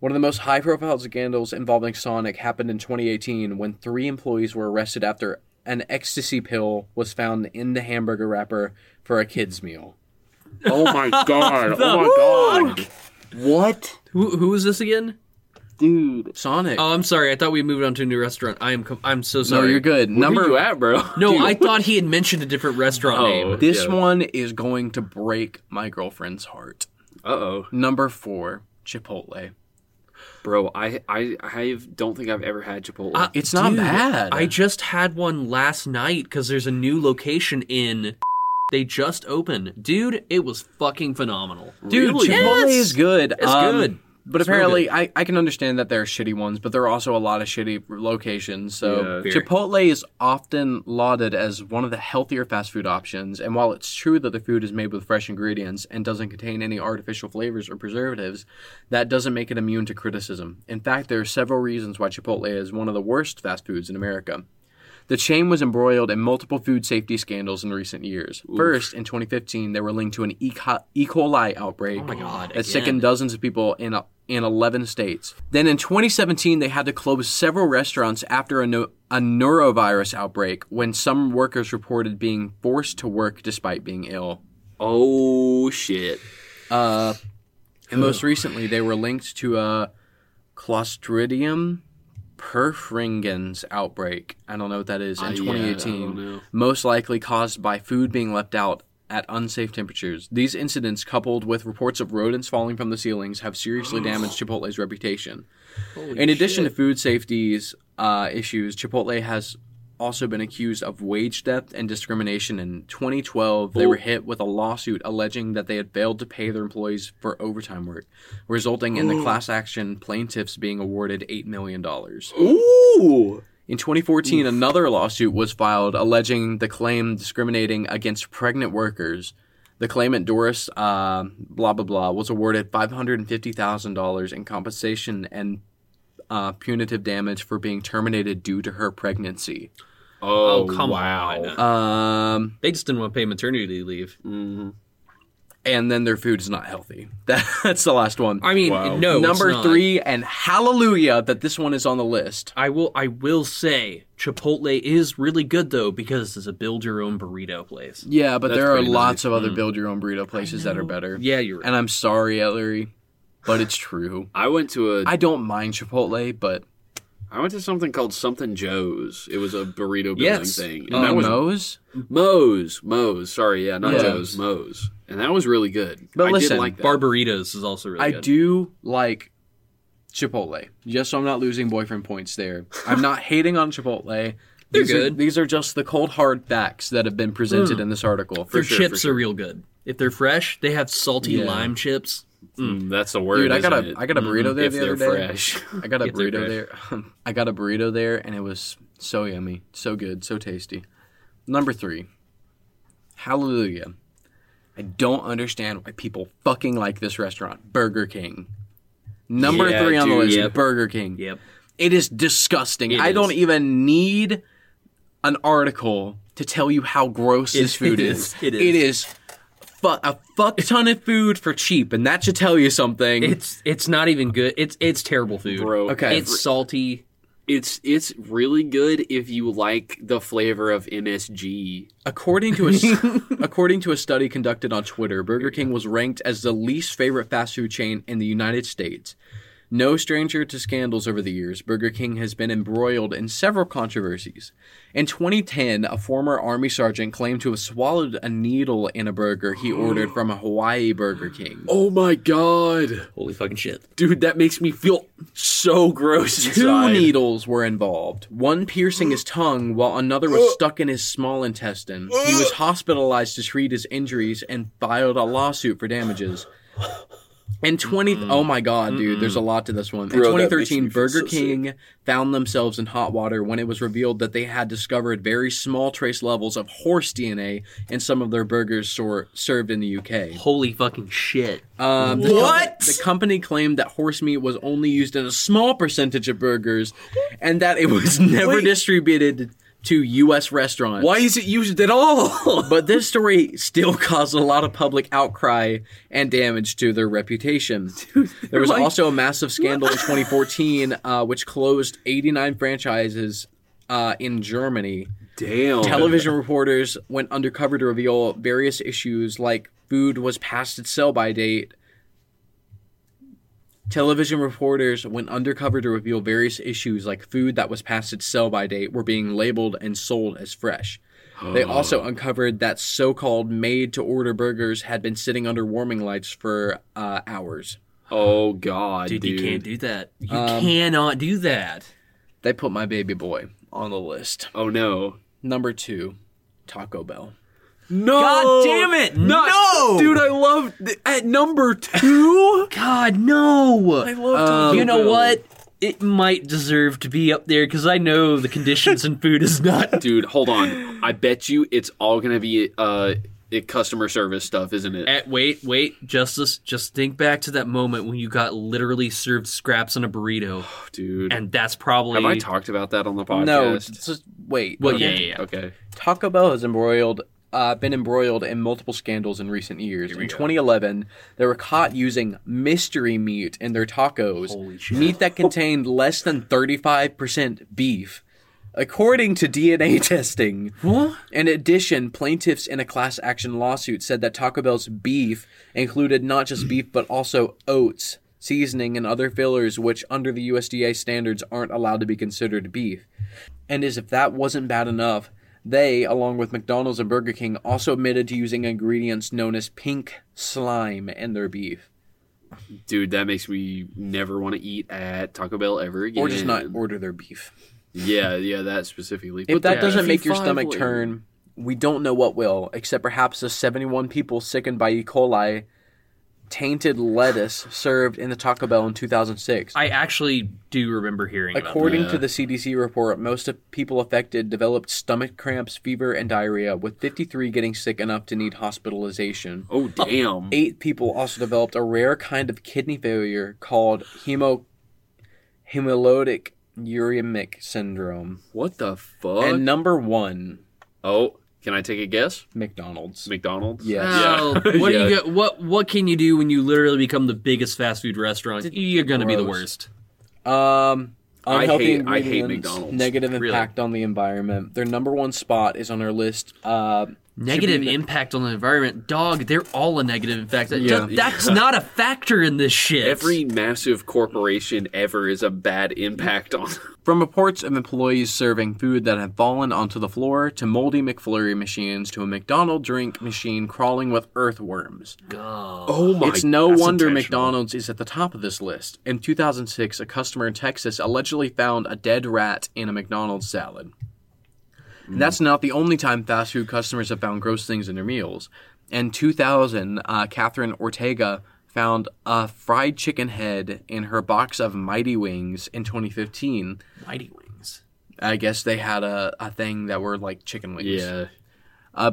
one of the most high profile scandals involving Sonic happened in 2018 when three employees were arrested after an ecstasy pill was found in the hamburger wrapper for a kid's meal.
oh my god oh my god what
who who is this again?
dude
Sonic.
Oh, I'm sorry. I thought we moved on to a new restaurant. I am com- I'm so
No,
sorry.
you're good.
number
Number
you at, bro?
No, I thought he had mentioned a different restaurant
Oh.
name.
This
Yeah.
one is going to break my girlfriend's heart.
Uh oh,
Number four, Chipotle.
bro. I I I don't think I've ever had Chipotle.
I-
It's not
Uh, dude,
bad.
I just had one last night because there's a new location in. They just opened, dude. It was fucking phenomenal.
Dude,
Really?
Chipotle
Yes.
is good.
It's good.
But
real
apparently, I, I can understand that there are shitty ones, but there are also a lot of shitty locations. So
Yeah.
Very.
Chipotle is often lauded as one of the healthier fast food options. And while it's true that the food is made with fresh ingredients and doesn't contain any artificial flavors or preservatives, that doesn't make it immune to criticism. In fact, there are several reasons why Chipotle is one of the worst fast foods in America. The chain was embroiled in multiple food safety scandals in recent years. First, in 2015, they were linked to an E. co- E. coli outbreak
Oh my God,
that
again.
sickened dozens of people in in 11 states. Then in 2017, they had to close several restaurants after a, no, a neurovirus outbreak when some workers reported being forced to work despite being ill.
oh shit.
Uh, and most recently, they were linked to a Clostridium perfringens outbreak. I don't know what that is. In
I- Uh, yeah, I
2018,
don't know.
most likely caused by food being left out at unsafe temperatures. These incidents, coupled with reports of rodents falling from the ceilings, have seriously damaged Chipotle's reputation. In addition to food safety's uh, issues, Chipotle has also been accused of wage theft and discrimination. In 2012, they were hit with a lawsuit alleging that they had failed to pay their employees for overtime work, resulting in the class action plaintiffs being awarded $8 million.
Ooh.
In 2014, another lawsuit was filed alleging the claim discriminating against pregnant workers. The claimant, Doris, uh, blah, blah, blah, was awarded $550,000 in compensation and uh, punitive damage for being terminated due to her pregnancy.
Oh,
come
wow.
on.
Um,
They just didn't want to pay maternity leave.
Mhm.
and then their food is not healthy. That's the last one.
I mean,
Wow.
no. it's
Number
not.
three, and hallelujah that this one is on the list.
I will. I will say Chipotle is really good though because it's a build-your-own burrito place.
Yeah, but
That's
there are
pretty
lots of other build your own burrito places that are better.
Yeah, you're right.
And I'm sorry, Ellery, but it's true.
I went to a I
I don't mind Chipotle, but
went to something called something Joe's. It was a burrito building
Yes.
thing. And
Uh,
Oh,
that was
Moe's.
Moe's. Moe's. Sorry, yeah, not
Yeah.
Joe's. Moe's. And that was really good.
But
I
listen,
did like that.
Bar burritos is also really
I
good.
do like Chipotle. Just so I'm not losing boyfriend points there. I'm not hating on Chipotle.
They're
These are-
good. Mm.
these are just the cold hard facts that have been presented in this article.
Their
sure, for
chips
sure.
are real good. If they're fresh, they have salty
Yeah.
lime chips.
Mm, that's the word.
Dude, I got
isn't
a
it?
I got a burrito there
if
the
they're
other day.
fresh.
I got a
If they're
burrito there. I got a burrito there, and it was so yummy, so good, so tasty. Number three, Hallelujah. I don't understand why people fucking like this restaurant, Burger King. Number
Yeah,
three on the
dude,
list,
yep.
Burger King.
Yep.
It is disgusting.
It
I
is.
don't even need an article to tell you how gross this food
it
is.
is, it
It
is.
is fu- a fuck ton of food for cheap, and that should tell you something.
It's it's not even good. It's it's terrible food.
bro.
Okay.
It's salty.
it's it's really good if you like the flavor of MSG.
According to a according to a study conducted on Twitter, Burger King was ranked as the least favorite fast food chain in the United States. No stranger to scandals over the years, Burger King has been embroiled in several controversies. In 2010, a former army sergeant claimed to have swallowed a needle in a burger he ordered from a Hawaii Burger King.
Oh my god,
Holy fucking shit.
dude, that makes me feel so gross
Two
inside.
needles were involved, one piercing his tongue while another was
Uh.
stuck in his small intestine. He was hospitalized to treat his injuries and filed a lawsuit for damages. In 20 Oh my god, dude, there's a lot to this one.
Mm-hmm. Bro,
in
that makes me
2013,
feel
Burger
so
King found themselves in hot water when it was revealed that they had discovered very small trace levels of horse DNA in some of their burgers sor- served in the UK.
Holy fucking shit.
Um, the
What?
compa- the company claimed that horse meat was only used in a small percentage of burgers, and that it was never
Wait.
distributed to U.S. restaurants.
Why is it used at all?
But this story still caused a lot of public outcry and damage to their reputation. there was
like-
also a massive scandal in 2014, uh, which closed 89 franchises uh, in Germany.
Damn.
Television reporters went undercover to reveal various issues like food was past its sell by date. Television reporters went undercover to reveal various issues like food that was past its sell by date were being labeled and sold as fresh. They also uncovered that so called made to order burgers had been sitting under warming lights for uh, hours.
Oh god, dude.
Dude, you can't do that. You cannot do that.
They put my baby boy on the list.
oh no.
Number two, Taco Bell.
No.
God damn it!
Not-
No!
Dude,
Oh.
I love at number 2.
God, no. Um,
I love Taco
you know
Bell.
what? It might deserve to be up there because I know the conditions and food is not.
Dude, hold on. I bet you it's all going to be uh it customer service stuff, isn't it?
Eh, wait, wait, Justice, just think back to that moment when you got literally served scraps in a burrito,
Dude.
and that's probably.
Have I talked about that on the podcast?
No, just wait.
Well,
Okay,
yeah, yeah, yeah.
Okay.
Taco Bell has embroiled, uh, been embroiled in multiple scandals in recent years. In 2011, they were caught using mystery meat in their tacos,
Holy shit.
meat that contained less than 35% beef, according to DNA testing.
What?
In addition, plaintiffs in a class action lawsuit said that Taco Bell's beef included not just beef but also oats, seasoning, and other fillers, which under the USDA standards aren't allowed to be considered beef. And as if that wasn't bad enough, they, along with McDonald's and Burger King, also admitted to using ingredients known as pink slime in their beef,
Dude, that makes me never want to eat at Taco Bell ever again.
or just not order their beef.
Yeah, yeah, that specifically.
If
But
that
the E
doesn't make your
beefy
stomach
flavor-
turn, we don't know what will, except perhaps the 71 people sickened by E. coli tainted lettuce served in the Taco Bell in 2006.
I actually do remember hearing about
According
Yeah.
to the CDC report, most of people affected developed stomach cramps, fever, and diarrhea, with 53 getting sick enough to need hospitalization.
Oh damn.
Eight people also developed a rare kind of kidney failure called hemo- hemolytic uremic syndrome.
What the fuck?
And number one,
oh, can I take a guess?
McDonald's.
McDonald's?
Yes.
Oh, what do
Yeah.
you go, what what can you do when you literally become the biggest fast food restaurant? You're gonna be the
gross.
worst.
Um,
I
unhealthy
hate- I hate
ingredients,
McDonald's.
Negative
Really.
impact on the environment. Their number one spot is on our list. Uh,
Negative impact on the environment, dog. They're all a negative impact. That-
Yeah.
that- that's not a factor in this shit.
Every massive corporation ever is a bad impact on.
From reports of employees serving food that had fallen onto the floor to moldy McFlurry machines to a McDonald's drink machine crawling with earthworms.
God.
Oh my!
It's no
that's
wonder
intentional.
McDonald's is at the top of this list. In 2006, a customer in Texas allegedly found a dead rat in a McDonald's salad.
Mm.
And that's not the only time fast food customers have found gross things in their meals. In 2000, uh, Catherine Ortega, found a fried chicken head in her box of Mighty Wings in 2015.
Mighty Wings.
I guess they had a, a thing that were like chicken wings.
Yeah.
A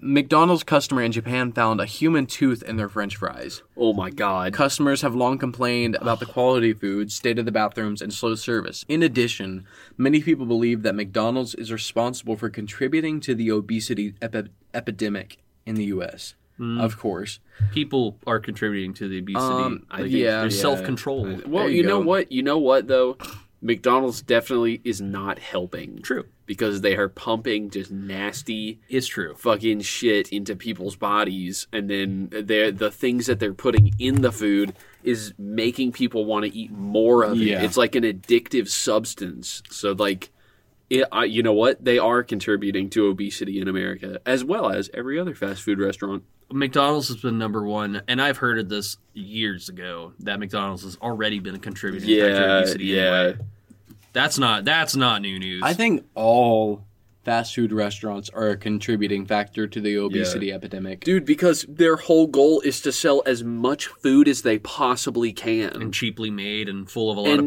McDonald's customer in Japan found a human tooth in their french fries.
Oh my god.
Customers have long complained about the quality of food, state of the bathrooms, and slow service. In addition, many people believe that McDonald's is responsible for contributing to the obesity epi- epidemic in the U.S. Of course.
People are contributing to the obesity.
Um,
I think
yeah.
there's
Yeah.
self control.
Well,
There
you,
you
know
go.
what? You know what though? McDonald's definitely is not helping.
True.
Because they are pumping just nasty
It's true.
fucking shit into people's bodies and then they're, the things that they're putting in the food is making people want to eat more of
Yeah.
it it's like an addictive substance so like it, I, you know what they are contributing to obesity in america as well as every other fast food restaurant
McDonald's has been number one, and I've heard of this years ago that McDonald's has already been contributing to
yeah
obesity.
yeah
anyway. that's not that's not new news.
I think all fast food restaurants are a contributing factor to the obesity epidemic.
dude because their whole goal is to sell as much food as they possibly can
and cheaply made and full of a lot of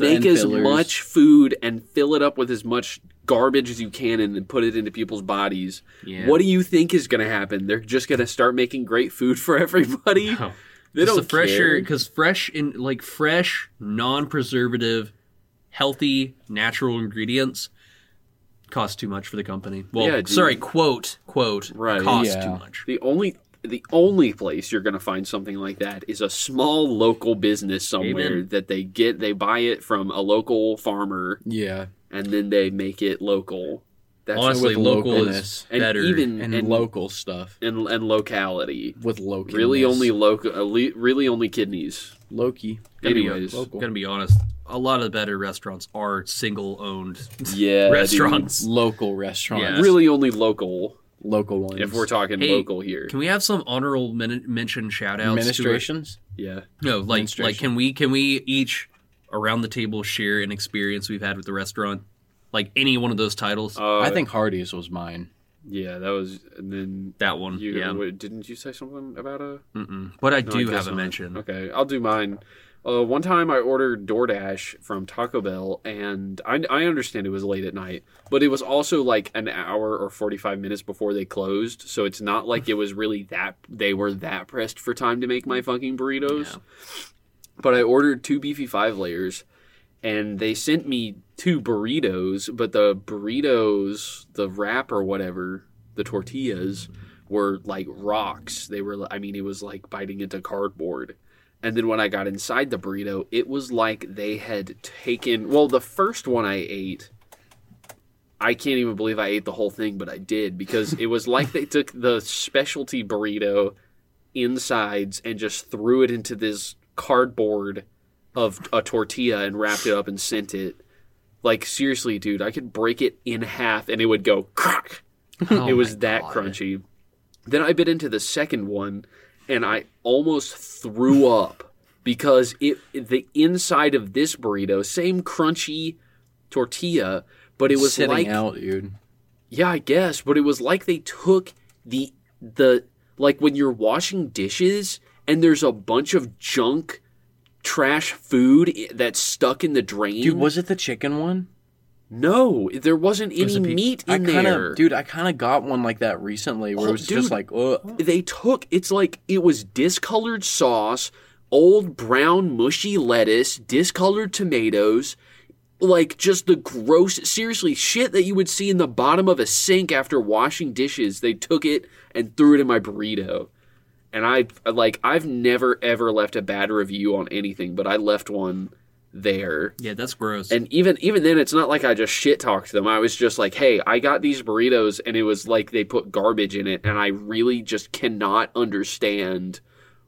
Yeah, make
and
as
fillers.
much food and fill it up with as much garbage as you can and then put it into people's bodies.
Yeah.
What do you think is going to happen? They're just going to start making great food for everybody?
No.
They
Oh, It's
don't
the fresher
care.
because fresh in like fresh, non-preservative, healthy, natural ingredients cost too much for the company. Well,
Yeah, dude.
sorry, quote quote
Right.
cost
Yeah.
too much.
The only the only place you're going to find something like that is a small local business somewhere
Amen.
that they get they buy it from a local farmer
Yeah.
and then they make it local. That's
Honestly,
with
local is
localness
and
better.
even
And,
and-
local stuff
and, and locality.
with Loki.
Really only local really only kidneys.
Loki.
Gotta be-
Anyways,
local.
Gonna be honest, a lot of the better restaurants are single-owned
yeah, dude.
restaurants.
Local restaurant.
Yeah.
really only local
Local ones.
if we're talking
Hey,
local here
Can we have some honorable men- mention shout-outs? to our-
administrations.
yeah
No, like
Administration.
like can we can we each around the table share an experience we've had with the restaurant? Like any one of those titles.
uh,
I think Hardee's was mine.
yeah that was and then
that one.
you
Hmm, yeah.
wait, didn't you say something about a
Mm-mm. But I
No, I
do
guess
have a
not.
mention.
okay i'll do mine uh, one time i ordered doordash from taco bell and I, I understand it was late at night but it was also like an hour or 45 minutes before they closed so it's not like it was really that they were that pressed for time to make my fucking burritos
Yeah.
but I ordered two beefy five layers, and they sent me two burritos. But the burritos, the wrap or whatever, the tortillas were like rocks. They were, I mean, it was like biting into cardboard. And then when I got inside the burrito, it was like they had taken. Well, the first one I ate, I can't even believe I ate the whole thing, but I did because it was like they took the specialty burrito insides and just threw it into this cardboard of a tortilla and wrapped it up and sent it. Like seriously, dude, I could break it in half and it would go crack.
Oh
it was
my
that
God.
crunchy. Then I bit into the second one and I almost threw up because it the inside of this burrito, same crunchy tortilla, but it was
sitting
like
out, dude.
yeah, I guess, but it was like they took the the like when you're washing dishes and there's a bunch of junk trash food i- that's stuck in the drain.
Dude, was it the chicken one?
no, there wasn't any
a piece-
meat
I
in
kind
there.
of, dude, I kind of got one like that recently where
Oh,
it was
dude.
just like, ugh.
They took it's like it was discolored sauce, old brown mushy lettuce, discolored tomatoes, like just the gross seriously shit that you would see in the bottom of a sink after washing dishes they took it and threw it in my burrito and i like i've never ever left a bad review on anything but i left one there
Yeah, that's gross.
and even even then it's not like i just shit talked them i was just like hey i got these burritos and it was like they put garbage in it and i really just cannot understand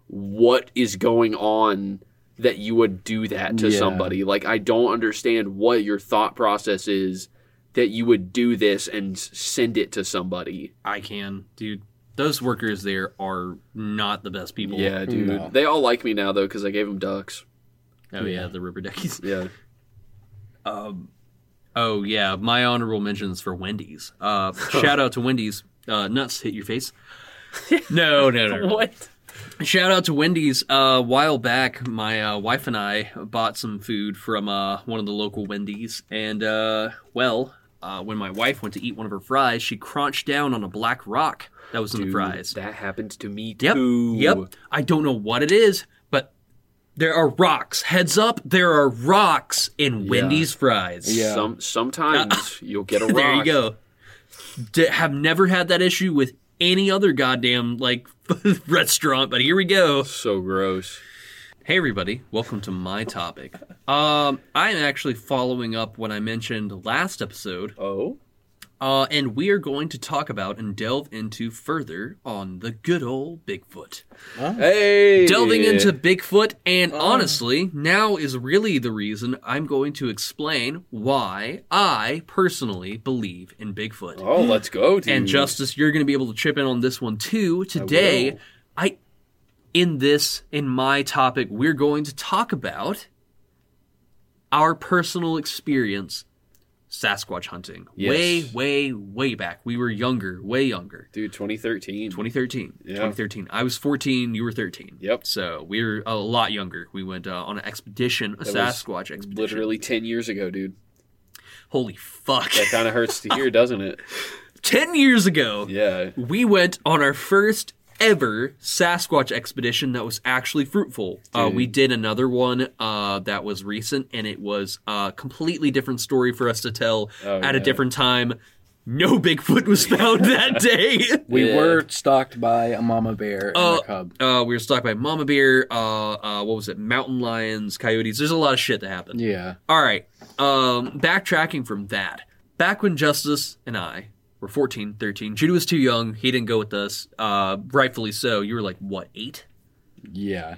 what is going on that you would do that to
Yeah.
somebody like i don't understand what your thought process is that you would do this and s- send it to somebody
I can, dude. Those workers there are not the best people.
yeah dude
No.
they all like me now though because i gave them ducks
Oh yeah, the rubber duckies.
yeah
Um, oh yeah, my honorable mentions for Wendy's. Uh, shout out to Wendy's. Uh, nuts hit your face. No, no, no. no.
what
Shout out to Wendy's. Uh, a while back, my uh, wife and I bought some food from uh, one of the local Wendy's. And, uh, well, uh, when my wife went to eat one of her fries, she crunched down on a black rock that was in the
Dude,
fries.
That happens to me
Yep.
too.
Yep. I don't know what it is, but there are rocks. Heads up, there are rocks in Wendy's fries.
Yeah.
Some sometimes you'll get a rock.
Ah. There you go. D- have never had that issue with any other goddamn like restaurant, but here we go.
So gross.
Hey everybody, welcome to my topic. Um, I'm actually following up what I mentioned last episode,
Oh.
uh, and we are going to talk about and delve into further on the good old Bigfoot.
Hey.
delving into Bigfoot, and honestly, now is really the reason I'm going to explain why I personally believe in Bigfoot.
Oh, let's go, dude.
And Justice, you're going to be able to chip in on this one too. Today, I, in this in my topic, we're going to talk about our personal experience Sasquatch hunting.
Yes.
Way, way, way back. We were younger, way younger.
dude, 2013.
2013.
Yeah.
2013. I was 14. You were 13.
Yep.
So we were a lot younger. We went uh, on an expedition, a
That was
Sasquatch expedition.
Literally 10 years ago, dude.
Holy fuck!
That kind of hurts to hear, doesn't it?
Ten years ago,
Yeah.
we went on our first ever Sasquatch expedition that was actually fruitful. Uh, we did another one uh, that was recent, and it was a completely different story for us to tell
Oh,
at
yeah.
a different time. No Bigfoot was found that day.
We
Yeah.
were stalked by a mama bear and
Uh,
a cub.
Uh, we were stalked by mama bear. Uh, uh, what was it? Mountain lions, coyotes. There's a lot of shit that happened.
Yeah.
All right. Um, backtracking from that. Back when Justice and I were 14, 13, Judah was too young. He didn't go with us. Uh, rightfully so. You were like, what, eight?
Yeah.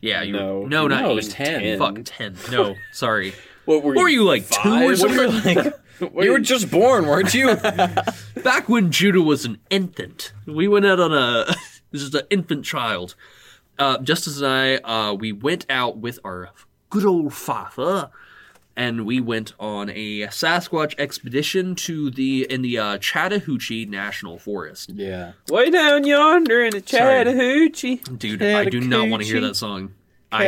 Yeah, you
No.
were, no, not
No, it
eight.
was 10.
Fuck, ten. No, sorry.
What were
What were you like two or
five?
something?
You were just born, weren't you?
back when Judah was an infant, we went out on a this is an infant child. Uh, Justice and I, uh, we went out with our good old father, and we went on a Sasquatch expedition to the in the uh, Chattahoochee National Forest.
yeah.
Way down yonder in the
Sorry.
Chattahoochee.
Dude, I do not want to hear that song. I,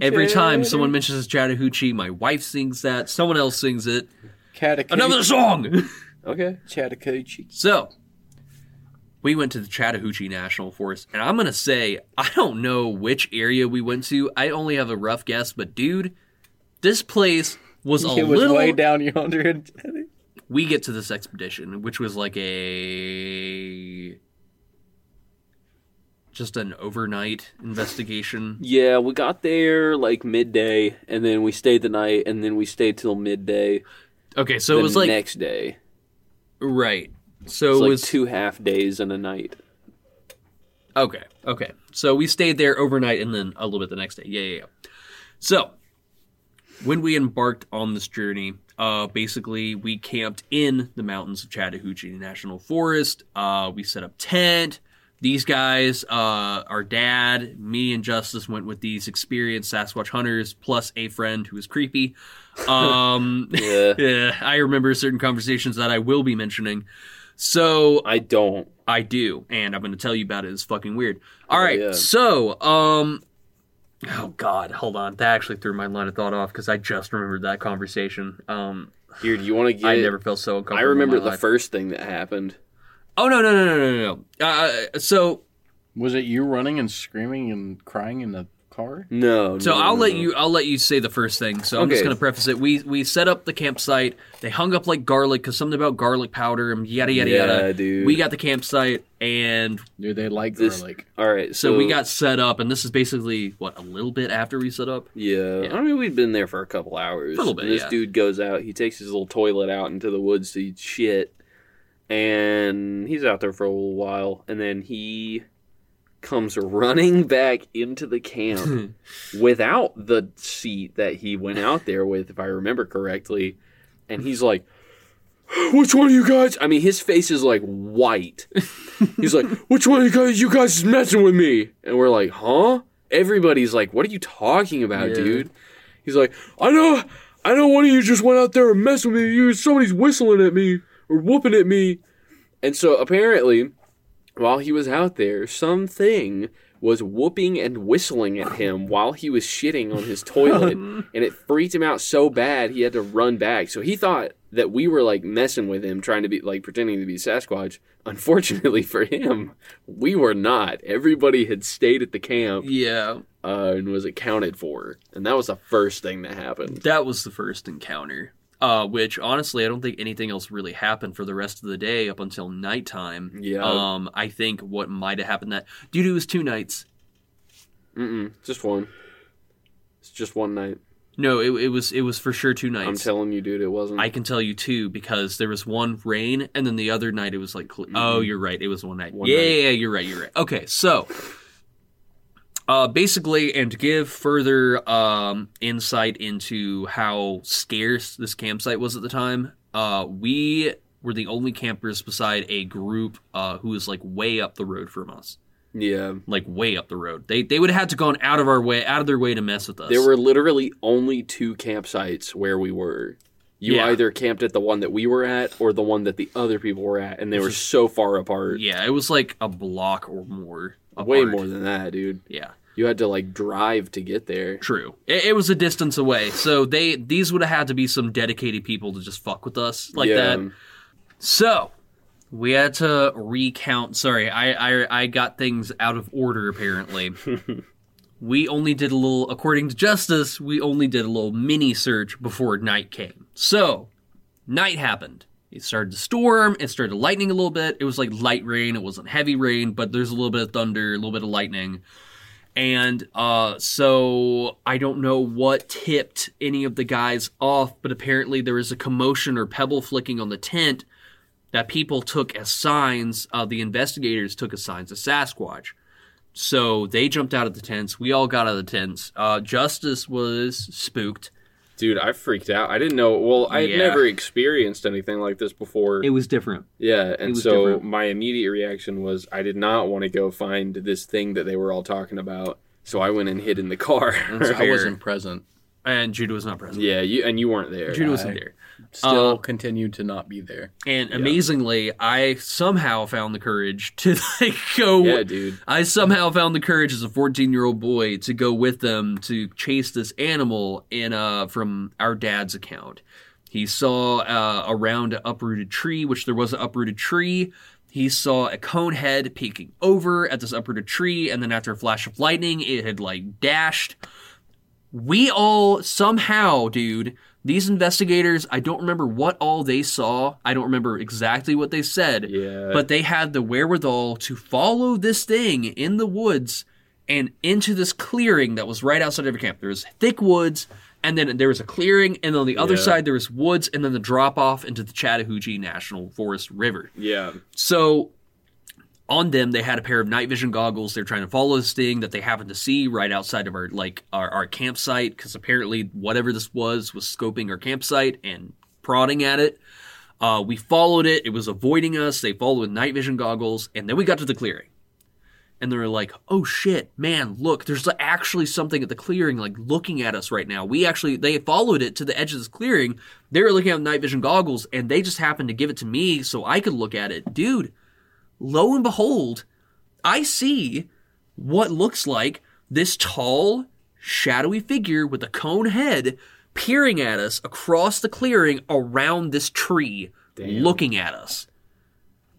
every time someone mentions Chattahoochee, my wife sings that. Someone else sings it.
Catacoochee.
Another song.
Okay.
Chattacoochee.
So, we went to the Chattahoochee National Forest, and I'm going to say, I don't know which area we went to. I only have a rough guess, but dude, this place was a
It was
little.
way down yonder. in-
We get to this expedition, which was like a. Just an overnight investigation.
Yeah, we got there like midday, and then we stayed the night, and then we stayed till midday.
Okay, so
the
it was like.
next day.
right. So
It was,
it
like
was.
two half days and a night.
Okay. Okay. So we stayed there overnight and then a little bit the next day. Yeah, yeah, yeah. So when we embarked on this journey, uh, basically we camped in the mountains of Chattahoochee National Forest. Uh, we set up tent. These guys, uh, our dad, me, and Justice went with these experienced Sasquatch hunters, plus a friend who was creepy. Um,
Yeah,
yeah, I remember certain conversations that I will be mentioning. So
I don't.
I do, and I'm going to tell you about it. It's fucking weird. All right,
Oh, yeah.
so um, oh god, hold on. That actually threw my line of thought off because I just remembered that conversation. Um,
Here, do you want to get?
I never felt so uncomfortable.
I remember
in my
the
life.
first thing that happened.
Oh no no no no no no. Uh, so
Was it you running and screaming and crying in the car?
No.
so
no,
I'll
no,
let
no.
you I'll let you say the first thing. So I'm just
Okay.
going to preface it. We we set up the campsite. They hung up like garlic because something about garlic powder and yada yada
Yeah,
yada.
dude.
We got the campsite and
Dude, they like
This-
garlic.
All right. So,
so we got set up, and this is basically what a little bit after we set up.
Yeah. I mean, we'd been there for a couple hours.
For a little bit,
And this
yeah.
dude goes out. He takes his little toilet out into the woods to eat shit, and he's out there for a little while, and then he comes running back into the camp without the seat that he went out there with, if I remember correctly, and he's like. Which one of you guys? I mean, his face is like white. He's like, "Which one of you guys? You guys is messing with me?" And we're like, "Huh?" Everybody's like, "What are you talking about,
Yeah.
dude?" He's like, "I know, I know. One of you just went out there and messed with me. You, somebody's whistling at me or whooping at me." And so apparently, while he was out there, something was whooping and whistling at him while he was shitting on his toilet, and it freaked him out so bad he had to run back. So he thought that we were like messing with him, trying to be like pretending to be Sasquatch. Unfortunately for him, we were not. Everybody had stayed at the camp
Yeah,
uh, and was accounted for, and that was the first thing that happened.
that was the first encounter. Uh, which honestly, I don't think anything else really happened for the rest of the day up until nighttime.
Yeah.
Um, I think what might have happened that dude, it was two nights.
Mm-mm, just one. It's just one night.
No, it, it was it was for sure two
I'm
nights.
telling you, dude, it wasn't.
I can tell you two because there was one rain, and then the other night it was like, cle- oh, you're right, it was one night.
Mm-hmm. One
yeah,
night.
yeah, you're right, you're right. Okay, so uh, basically, and to give further um, insight into how scarce this campsite was at the time, uh, we were the only campers beside a group uh, who was like way up the road from us,
yeah.
like way up the road. They they would have had to gone out of our way, out of their way to mess with us.
There were literally only two campsites where we were. You
Yeah.
either camped at the one that we were at or the one that the other people were at, and they were so far apart.
yeah, it was like a block or more.
Way
apart.
more than that, dude.
Yeah.
You had to like drive to get there.
True. It, it was a distance away, so they these would have had to be some dedicated people to just fuck with us like
Yeah.
that. So we had to recount. Sorry, I I, I got things out of order. Apparently, we only did a little. According to Justice, we only did a little mini search before night came. So night happened. It started to storm. It started lightning a little bit. It was like light rain. It wasn't heavy rain, but there's a little bit of thunder, a little bit of lightning. And uh, so I don't know what tipped any of the guys off, but apparently there was a commotion or pebble flicking on the tent that people took as signs. Uh, the investigators took as signs of Sasquatch. So they jumped out of the tents. We all got out of the tents. Uh, Justice was spooked.
Dude, I freaked out. I didn't know. Well, I had
Yeah.
never experienced anything like this before.
It was different.
yeah, and
was
so
different.
my immediate reaction was I did not want to go find this thing that they were all talking about. So I went and hid in the car.
I wasn't present.
And Judah was not present.
yeah, you and you weren't there.
Judah wasn't there.
Still
Uh,
continued to not be there.
And amazingly, I somehow found the courage to like go.
Yeah, dude.
I somehow found the courage as a 14 year old boy to go with them to chase this animal in uh from our dad's account. He saw uh, around an uprooted tree, which there was an uprooted tree. He saw a cone head peeking over at this uprooted tree, and then after a flash of lightning, it had like dashed. We all somehow, dude, these investigators, I don't remember what all they saw. I don't remember exactly what they said
Yeah.
but they had the wherewithal to follow this thing in the woods and into this clearing that was right outside of your camp. There was thick woods, and then there was a clearing, and on the other
Yeah.
side there was woods, and then the drop off into the Chattahoochee National Forest River.
yeah.
So on them they had a pair of night vision goggles. They're trying to follow this thing that they happened to see right outside of our like our, our campsite because apparently whatever this was was scoping our campsite and prodding at it. Uh, we followed it. It was avoiding us. They followed with night vision goggles, and then we got to the clearing. And they were like, "Oh shit, man! Look, there's actually something at the clearing, like looking at us right now. We actually they followed it to the edge of this clearing. They were looking at night vision goggles, and they just happened to give it to me so I could look at it, dude. Lo and behold, I see what looks like this tall, shadowy figure with a cone head peering at us across the clearing around this tree, looking at us.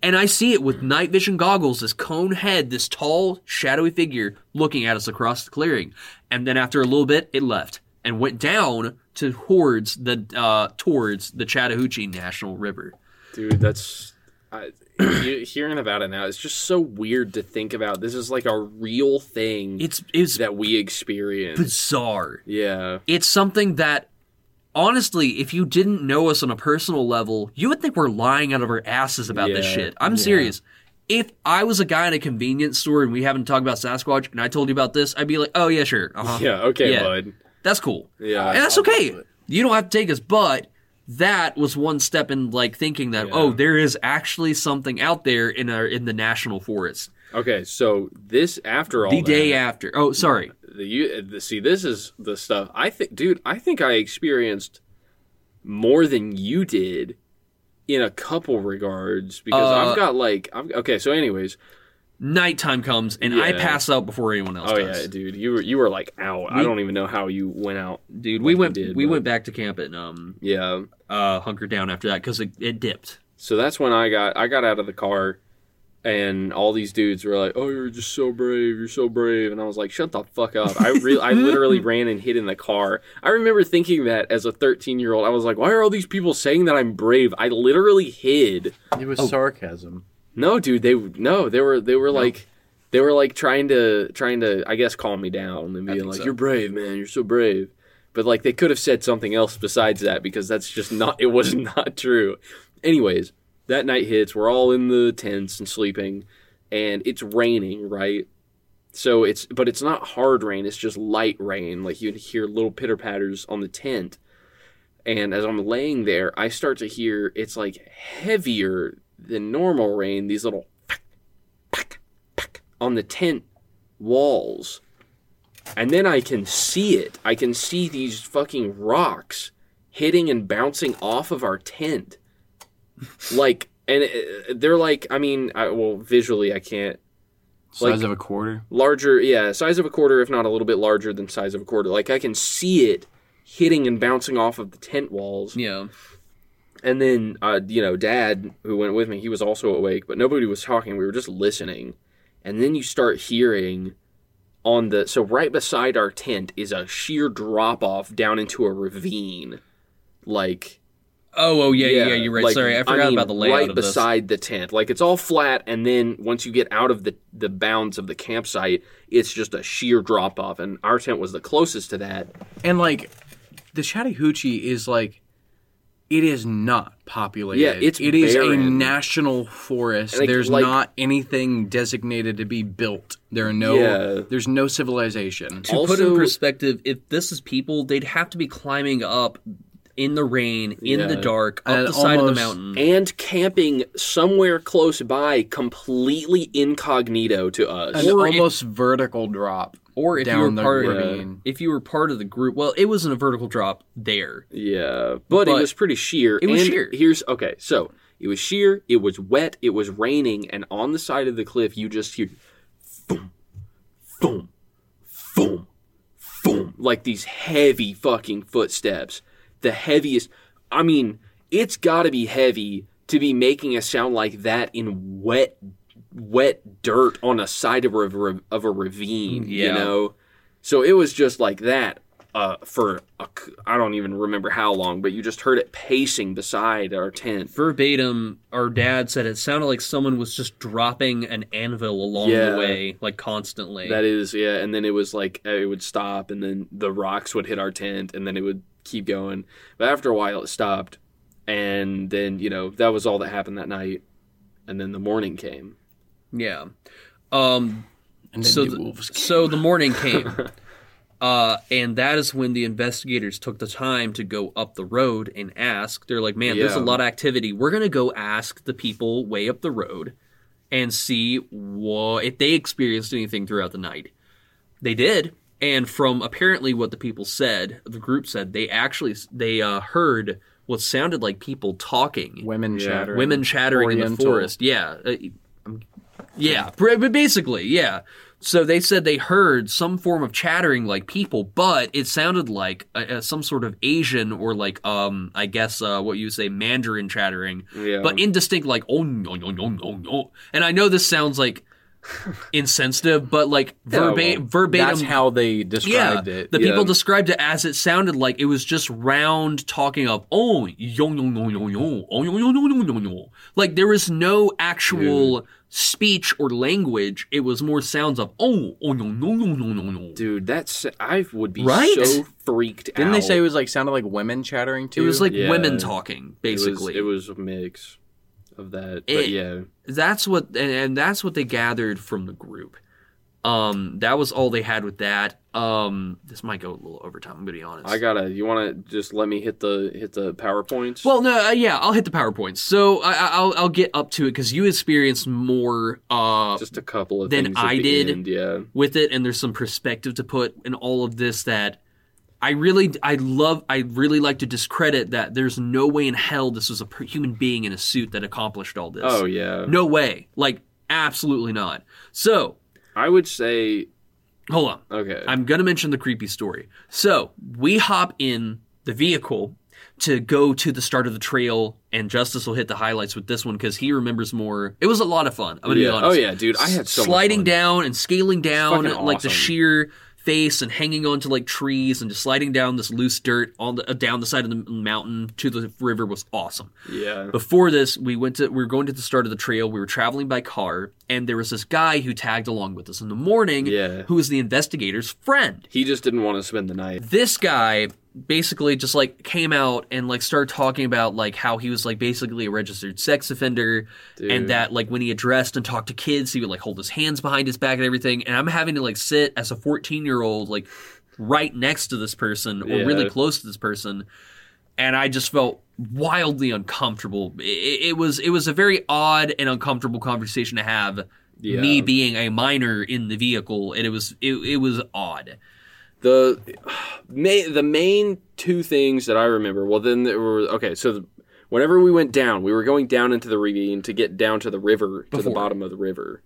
And I see it with night vision goggles, this cone head, this tall, shadowy figure looking at us across the clearing. And then after a little bit, it left and went down to towards the uh, towards the Chattahoochee National River.
Dude, that's I, you, hearing about it now. It's just so weird to think about. This is like a real thing
It's it's
that we experience.
bizarre.
yeah,
it's something that honestly if you didn't know us on a personal level you would think we're lying out of our asses about this
Yeah,
shit i'm serious if i was a guy in a convenience store and we haven't talked about sasquatch and i told you about this i'd be like oh yeah sure uh-huh.
yeah. Okay,
Yeah.
bud.
that's cool
Yeah.
and that's
I'll go
okay
with it.
you don't have to take us but that was one step in like thinking that
Yeah.
oh there is actually something out there in our in the national forest
okay, so this after all
the day
that,
after oh sorry
the, you, the see this is the stuff I think, dude. I think I experienced more than you did in a couple regards because
Uh,
I've got like I've, okay. So, anyways,
nighttime comes and I
Yeah.
pass out before anyone else
Oh
does.
yeah, dude, you were you were like out. I
We-
don't even know how you went out.
Dude, we
Like we
went
did,
we
but-
went back to camp and um
Yeah.
uh hunkered down after that because it, it dipped.
So that's when I got I got out of the car, and all these dudes were like, "Oh, you're just so brave. You're so brave." And I was like, "Shut the fuck up!" I re- I literally ran and hid in the car. I remember thinking that as a 13 year old, I was like, "Why are all these people saying that I'm brave?" I literally hid.
It was sarcasm.
No, dude, they no, they were they were like they were like trying to trying to I guess calm me down and being
think
like,
so.
"You're brave, man. You're so brave." But like they could have said something else besides that because that's just not it was not true. Anyways, that night hits. We're all in the tents and sleeping, and it's raining, right? So it's but it's not hard rain. It's just light rain. Like you'd hear little pitter patters on the tent. And as I'm laying there, I start to hear it's like heavier than normal rain. These little pack, pack, pack on the tent walls, and then I can see it. I can see these fucking rocks hitting and bouncing off of our tent, like. And uh, they're like, I mean, I, well, visually, I can't
Size
Like-
of a quarter.
larger yeah size of a quarter if not a little bit larger than size of a quarter like i can see it hitting and bouncing off of the tent walls
Yeah.
and then uh, you know dad who went with me he was also awake but nobody was talking we were just listening and then you start hearing on the so right beside our tent is a sheer drop off down into a ravine like
Oh oh yeah, yeah, yeah, you're right.
like,
Sorry, I forgot
mean,
about the layout
Right
of this.
beside the tent, like it's all flat, and then once you get out of the the bounds of the campsite, it's just a sheer drop off. And our tent was the closest to that.
And like the Chattahoochee is like it is not populated.
Yeah, it's
it is a
barren.
national forest.
Like-
there's
like-
not anything designated to be built. There are no
Yeah.
there's no civilization.
to put
Also-
in perspective, if this is people, they'd have to be climbing up in the rain, in the
Yeah.
dark, up
And
the side of the
almost-
mountain.
And camping somewhere close by, completely incognito to us.
An
or if-
almost vertical drop.
Or if you were
down the
part
ravine.
if you were part of the group, well, it wasn't a vertical drop there.
Yeah, but, it
But-
was pretty sheer.
It was
and
sheer.
Here's okay. So it was sheer. It was wet. It was raining, and on the side of the cliff, you just hear, boom, boom, boom, boom, like these heavy fucking footsteps. The heaviest. I mean, it's got to be heavy to be making a sound like that in wet, wet dirt on a side of a of a ravine. You
Yeah.
know. So it was just like that uh, for a c- I don't even remember how long, but you just heard it pacing beside our tent.
Verbatim, our dad said it sounded like someone was just dropping an anvil along
Yeah.
the way, like constantly.
That is, yeah. And then it was like uh, it would stop, and then the rocks would hit our tent, and then it would keep going. But after a while, it stopped, and then you know that was all that happened that night. And then the morning came.
yeah. Um,
And
so
the
the,
wolves
so the morning came uh, and that is when the investigators took the time to go up the road and ask they're like man there's a
Yeah.
lot of activity we're going to go ask the people way up the road and see what if they experienced anything throughout the night they did and from apparently what the people said the group said they actually they uh, heard what sounded like people talking
women
Yeah.
chattering.
women chattering in the
Oriental.
forest. Yeah, Uh, I'm- yeah, br- but basically, yeah. So they said they heard some form of chattering like people, but it sounded like uh, uh, some sort of Asian or like um I guess uh, what you would say Mandarin chattering,
Yeah.
but indistinct like oh no no no no no. And I know this sounds like insensitive, but like verba-
well,
verbatim
That's how they
yeah,
described it.
the
yeah.
people described it as it sounded like it was just round talking up. Oh, yo yo yo yo yo, oh yo yo yo yo yo yo. Like there was no actual speech or language. It was more sounds of oh oh no no no no no no.
Dude, that's I would be
Right?
so freaked out.
Didn't they say it was like sounded like women chattering
It
too?
was like
Yeah.
women talking,
It was-
basically.
it was, a mix of that?
It-
but yeah,
that's what and, and that's what they gathered from the group. Um, that was all they had with that. Um, this might go a little overtime. I'm gonna be honest.
I gotta. You want to just let me hit the hit the powerpoints?
Well, no, uh, yeah, I'll hit the powerpoints. So I, I- I'll I'll get up to it because you experienced more uh,
just a couple of
Then
things at
I
the
did.
end, yeah.
with it, and there's some perspective to put in all of this that I really I love. I really like to discredit that. There's no way in hell this was a per- human being in a suit that accomplished all this.
Oh yeah.
No way. Like Absolutely not. So,
I would say
hold on.
okay.
I'm going to mention the creepy story. So we hop in the vehicle to go to the start of the trail, and Justice will hit the highlights with this one because he remembers more. It was a lot of fun. I'm going to
yeah.
be
Oh
honest.
yeah, dude. I had so much
sliding
fun.
down and scaling down,
fucking
like
awesome.
the sheer face and hanging onto like trees and just sliding down this loose dirt on the, uh, down the side of the mountain to the river was awesome.
Yeah.
Before this, we went to we were going to the start of the trail. We were traveling by car, and there was this guy who tagged along with us in the morning,
Yeah.
who was the investigator's friend.
He just didn't want to spend the night.
This guy basically just like came out and like started talking about like how he was like basically a registered sex offender and that like when he addressed and talked to kids he would like hold his hands behind his back and everything and i'm having to like sit as a 14 year old like right next to this person or
Yeah.
really close to this person and i just felt wildly uncomfortable I- I- it, was it was a very odd and uncomfortable conversation to have
Yeah.
me being a minor in the vehicle and it was it, it was odd
the ma- the main two things that I remember. Well, then there were okay. So the, whenever we went down, we were going down into the ravine to get down to the river to
Before.
the bottom of the river.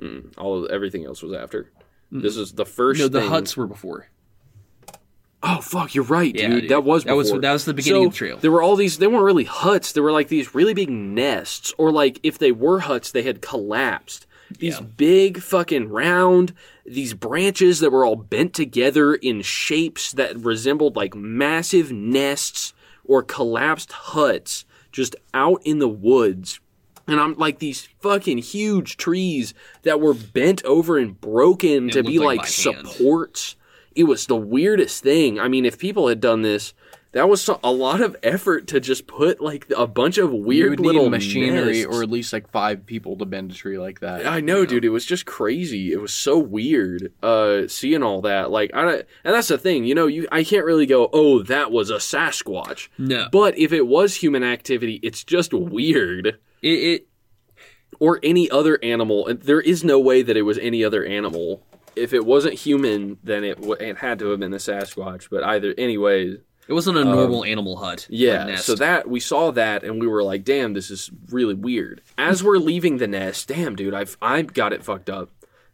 Mm, all of, everything else was after. This is the first.
Mm. no the
thing-
huts were before
Oh fuck, you're right, dude.
Yeah, dude.
That was
That was-
before.
that was the beginning
So,
of the trail.
There were all these. They weren't really huts. They were like these really big nests, or like if they were huts, they had collapsed. These big fucking round, these branches that were all bent together in shapes that resembled like massive nests or collapsed huts, just out in the woods. And I'm like these fucking huge trees that were bent over and broken to
looked
be
like
like
by hand.
support ports. It was the weirdest thing. I mean, if people had done this, that was so- a lot of effort to just put like a bunch of
You would
weird little
need machinery
nests.
or at least like five people to bend a tree like that.
I know, dude. It was just crazy. It was so weird uh, seeing all that. Like, I don't, and that's the thing. You know, you I can't really go, oh, that was a Sasquatch.
no
But if it was human activity, it's just weird.
it, it
Or any other animal. And There is no way that it was any other animal. If it wasn't human, then it w- it had to have been a Sasquatch. But either, anyways,
it wasn't a normal animal hut or
Um, Yeah,
nest.
so that we saw that and we were like, "Damn, this is really weird." As we're leaving the nest, damn dude, I've I got it fucked up.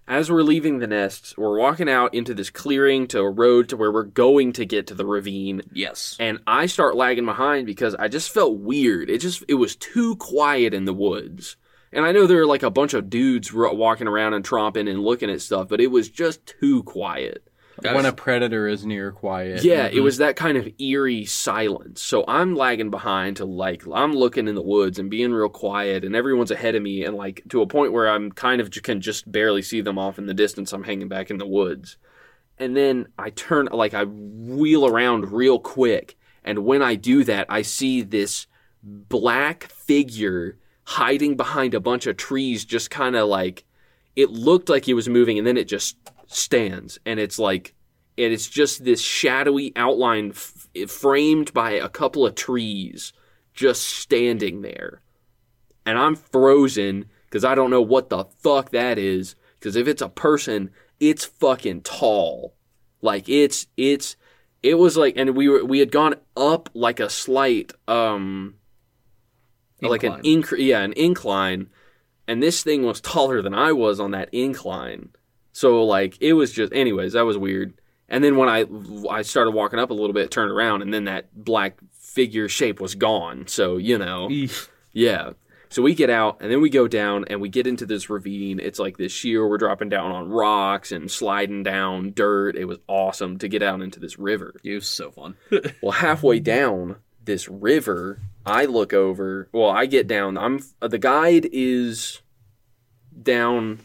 As we're leaving the nest, we're walking out into this clearing to a road to where we're going to get to the ravine,
yes
and I start lagging behind because I just felt weird. It just it was too quiet in the woods. And I know there are like a bunch of dudes ro- walking around and tromping and looking at stuff, but it was just too quiet.
when a predator is near quiet.
Yeah, it was that kind of eerie silence. So I'm lagging behind to like I'm looking in the woods and being real quiet, and everyone's ahead of me, and like to a point where I'm kind of j- can just barely see them off in the distance. I'm hanging back in the woods, and then I turn like I wheel around real quick, and when I do that, I see this black figure hiding behind a bunch of trees, just kind of like it looked like he was moving, and then it just stands, and it's like and it's just this shadowy outline f- framed by a couple of trees just standing there. And I'm frozen because I don't know what the fuck that is. Because if it's a person, it's fucking tall. Like it's it's it was like and we were we had gone up like a slight um like an incre- yeah an incline and this thing was taller than i was on that incline so like it was just anyways that was weird and then when i i started walking up a little bit turned around and then that black figure shape was gone so you know yeah so we get out and then we go down and we get into this ravine it's like this sheer we're dropping down on rocks and sliding down dirt it was awesome to get out into this river
it was so fun
well, halfway down this river, I look over. Well, I get down. I'm uh, the guide is down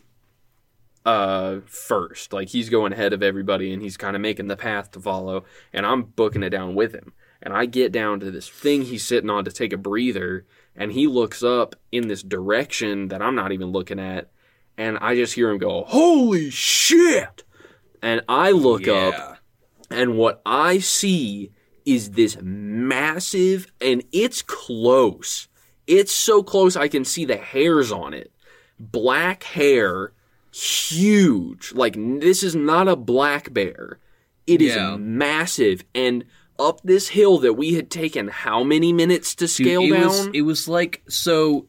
uh first. Like he's going ahead of everybody and he's kind of making the path to follow and I'm booking it down with him. And I get down to this thing he's sitting on to take a breather and he looks up in this direction that I'm not even looking at and I just hear him go, "Holy shit." And I look up
Yeah.
and what I see is this massive, and it's close. It's so close I can see the hairs on it. Black hair, huge. Like, n- this is not a black bear. It is
Yeah.
massive. And up this hill that we had taken how many minutes to
Dude,
scale
it
down?
Was, it was like so.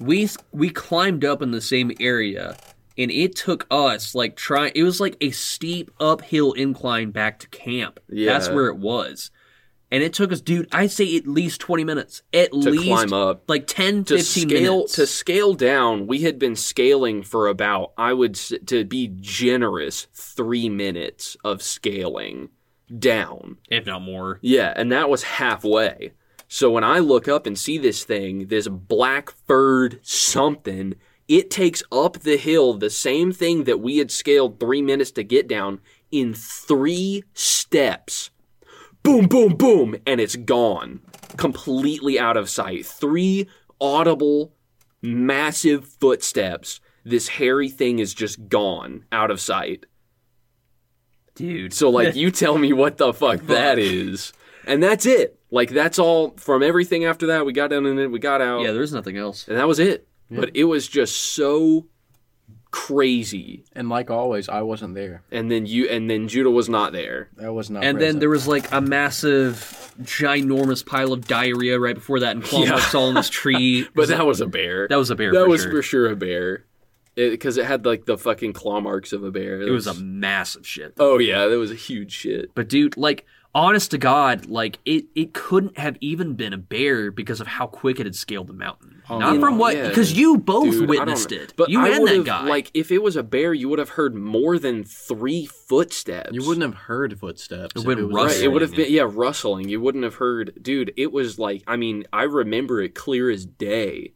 we we climbed up in the same area and it took us like trying it was like a steep uphill incline back to camp that's
Yeah.
where it was and it took us dude i'd say at least 20 minutes at
to
least
climb up.
like 10
to
15
scale
minutes
to scale down we had been scaling for about i would s- to be generous 3 minutes of scaling down
if not more
yeah and that was halfway so when i look up and see this thing this black furred something it takes up the hill the same thing that we had scaled 3 minutes to get down in 3 steps boom, boom, boom, and it's gone. Completely out of sight. Three audible, massive footsteps. This hairy thing is just gone out of sight.
dude
So, like, you tell me what the fuck that is. And that's it. Like, that's all from everything after that. We got down in it, we got out,
yeah there's nothing else
and that was it. But it was just so crazy.
And like always, I wasn't there.
And then you, and then Judah was not there.
I was not.
and then
present.
there was like a massive ginormous pile of diarrhea right before that and clumps
Yeah.
all in this tree
But that was a bear.
that was a bear
that
for
was
sure.
for sure a bear because it, had like the fucking claw marks of a bear
it was a massive shit
oh yeah that was a huge shit
But dude, like honest to God, like it it couldn't have even been a bear because of how quick it had scaled the mountain. Not from what
Oh, yeah.
because you both
Dude, I don't
witnessed
know.
it.
but
you
I
and that
would've,
guy.
like if it was a bear you would have heard more than three footsteps
you wouldn't have heard footsteps.
It
if
went
was-
right
rustling.
it would have been yeah rustling you wouldn't have heard dude it was like i mean i remember it clear as day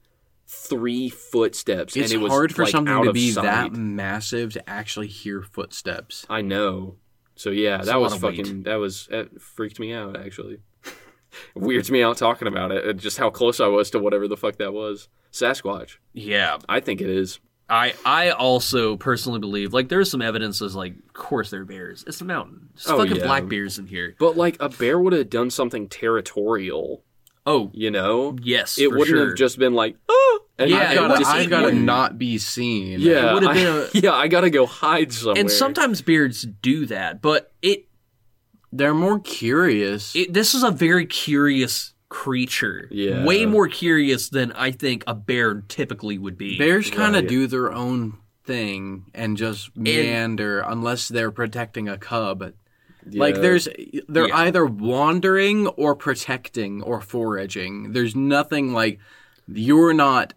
three footsteps
It's
and it was
hard for
like,
something
out
to
of
be
sight.
that massive to actually hear footsteps.
I know. So yeah,
It's
that
a lot
was
of
fucking. That was that freaked me out actually. Weirds me out talking about it and just how close I was to whatever the fuck that was. Sasquatch.
yeah.
I think it is.
I I also personally believe like there's some evidence that's like, of course they're bears. It's the mountain. It's
Oh,
fucking
yeah.
black bears in here.
But like a bear would have done something territorial,
Oh
you know?
yes.
It
for
wouldn't
sure.
have just been like, oh, and
Yeah,
I
it
I've gotta-
just-
I've got to
wouldn't-
not be seen.
yeah,
it would've
I-
been
yeah, I gotta go hide somewhere.
and sometimes bears do that, but it,
they're more curious.
it this is a very curious creature.
Yeah.
Way more curious than I think a bear typically would be.
Bears kind of
Right.
do their own thing and just meander unless they're protecting a cub. Like
Yeah.
there's they're
Yeah.
either wandering or protecting or foraging. There's nothing like you're not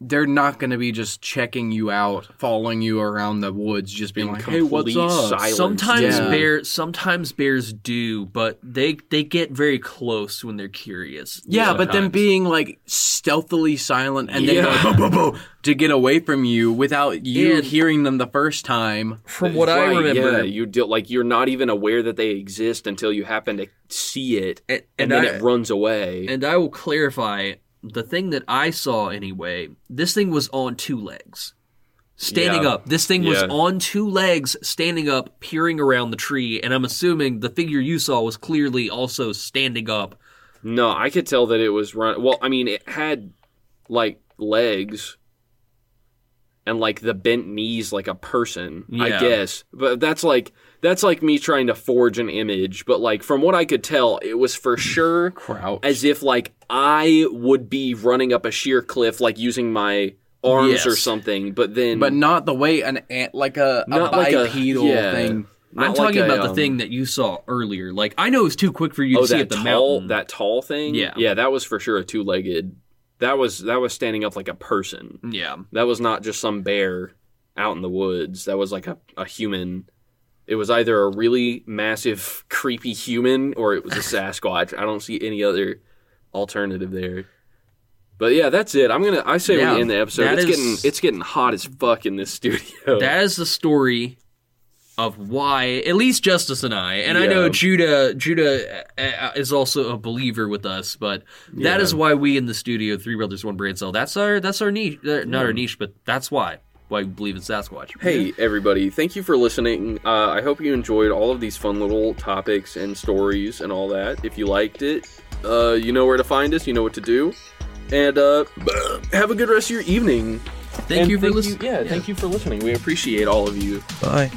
they're not going to be just checking you out, following you around the woods just being
In
like, "Hey, what's
complete
up?"
silence.
Uh, Sometimes
Yeah.
bear sometimes bears do, but they they get very close when they're curious.
Yeah, but then
sometimes.
being like stealthily silent and then
Yeah.
going, "Bo, bo, bo," to get away from you without you
And-
hearing them the first time.
from what I
Right, yeah,
remember,
you do, like you're not even aware that they exist until you happen to see it,
and,
and,
and I,
then it runs away.
and I will clarify the thing that I saw anyway. This thing was on two legs, standing
Yeah.
up. This thing was
Yeah.
on two legs, standing up, peering around the tree. And I'm assuming the figure you saw was clearly also standing up.
No, I could tell that it was run. Well, I mean, it had like legs and like the bent knees like a person,
Yeah.
I guess. But that's like that's like me trying to forge an image, but like from what I could tell, it was for sure
Crouch.
as if like I would be running up a sheer cliff like using my arms
Yes.
or something, but then
but not the way an ant like a, a
Not like a-
bipedal
yeah.
thing.
not
I'm
like
talking
a,
about the
um,
thing that you saw earlier. Like I know it was too quick for you to
Oh,
see
that
at the
tall
mountain.
that tall thing?
Yeah.
Yeah, that was for sure a two-legged. That was that was standing up like a person.
yeah.
That was not just some bear out in the woods. That was like a, a human. It was either a really massive, creepy human or it was a Sasquatch. I don't see any other alternative there. But yeah, that's it. I'm gonna. I say
Yeah,
we end the episode.
that
It's
is-
getting it's getting hot as fuck in this studio.
that is the story of why at least justice and i and i know
Yeah.
judah judah uh, uh, is also a believer with us but that
Yeah.
is why we in the studio three brothers one brain cell that's our that's our niche uh, not our niche but that's why why we believe in sasquatch
Hey, everybody, thank you for listening. Uh, I hope you enjoyed all of these fun little topics and stories and all that. If you liked it, uh, you know where to find us, you know what to do. And uh, have a good rest of your evening.
thank
And
you for listening
yeah, thank you for listening. We appreciate all of you.
Bye.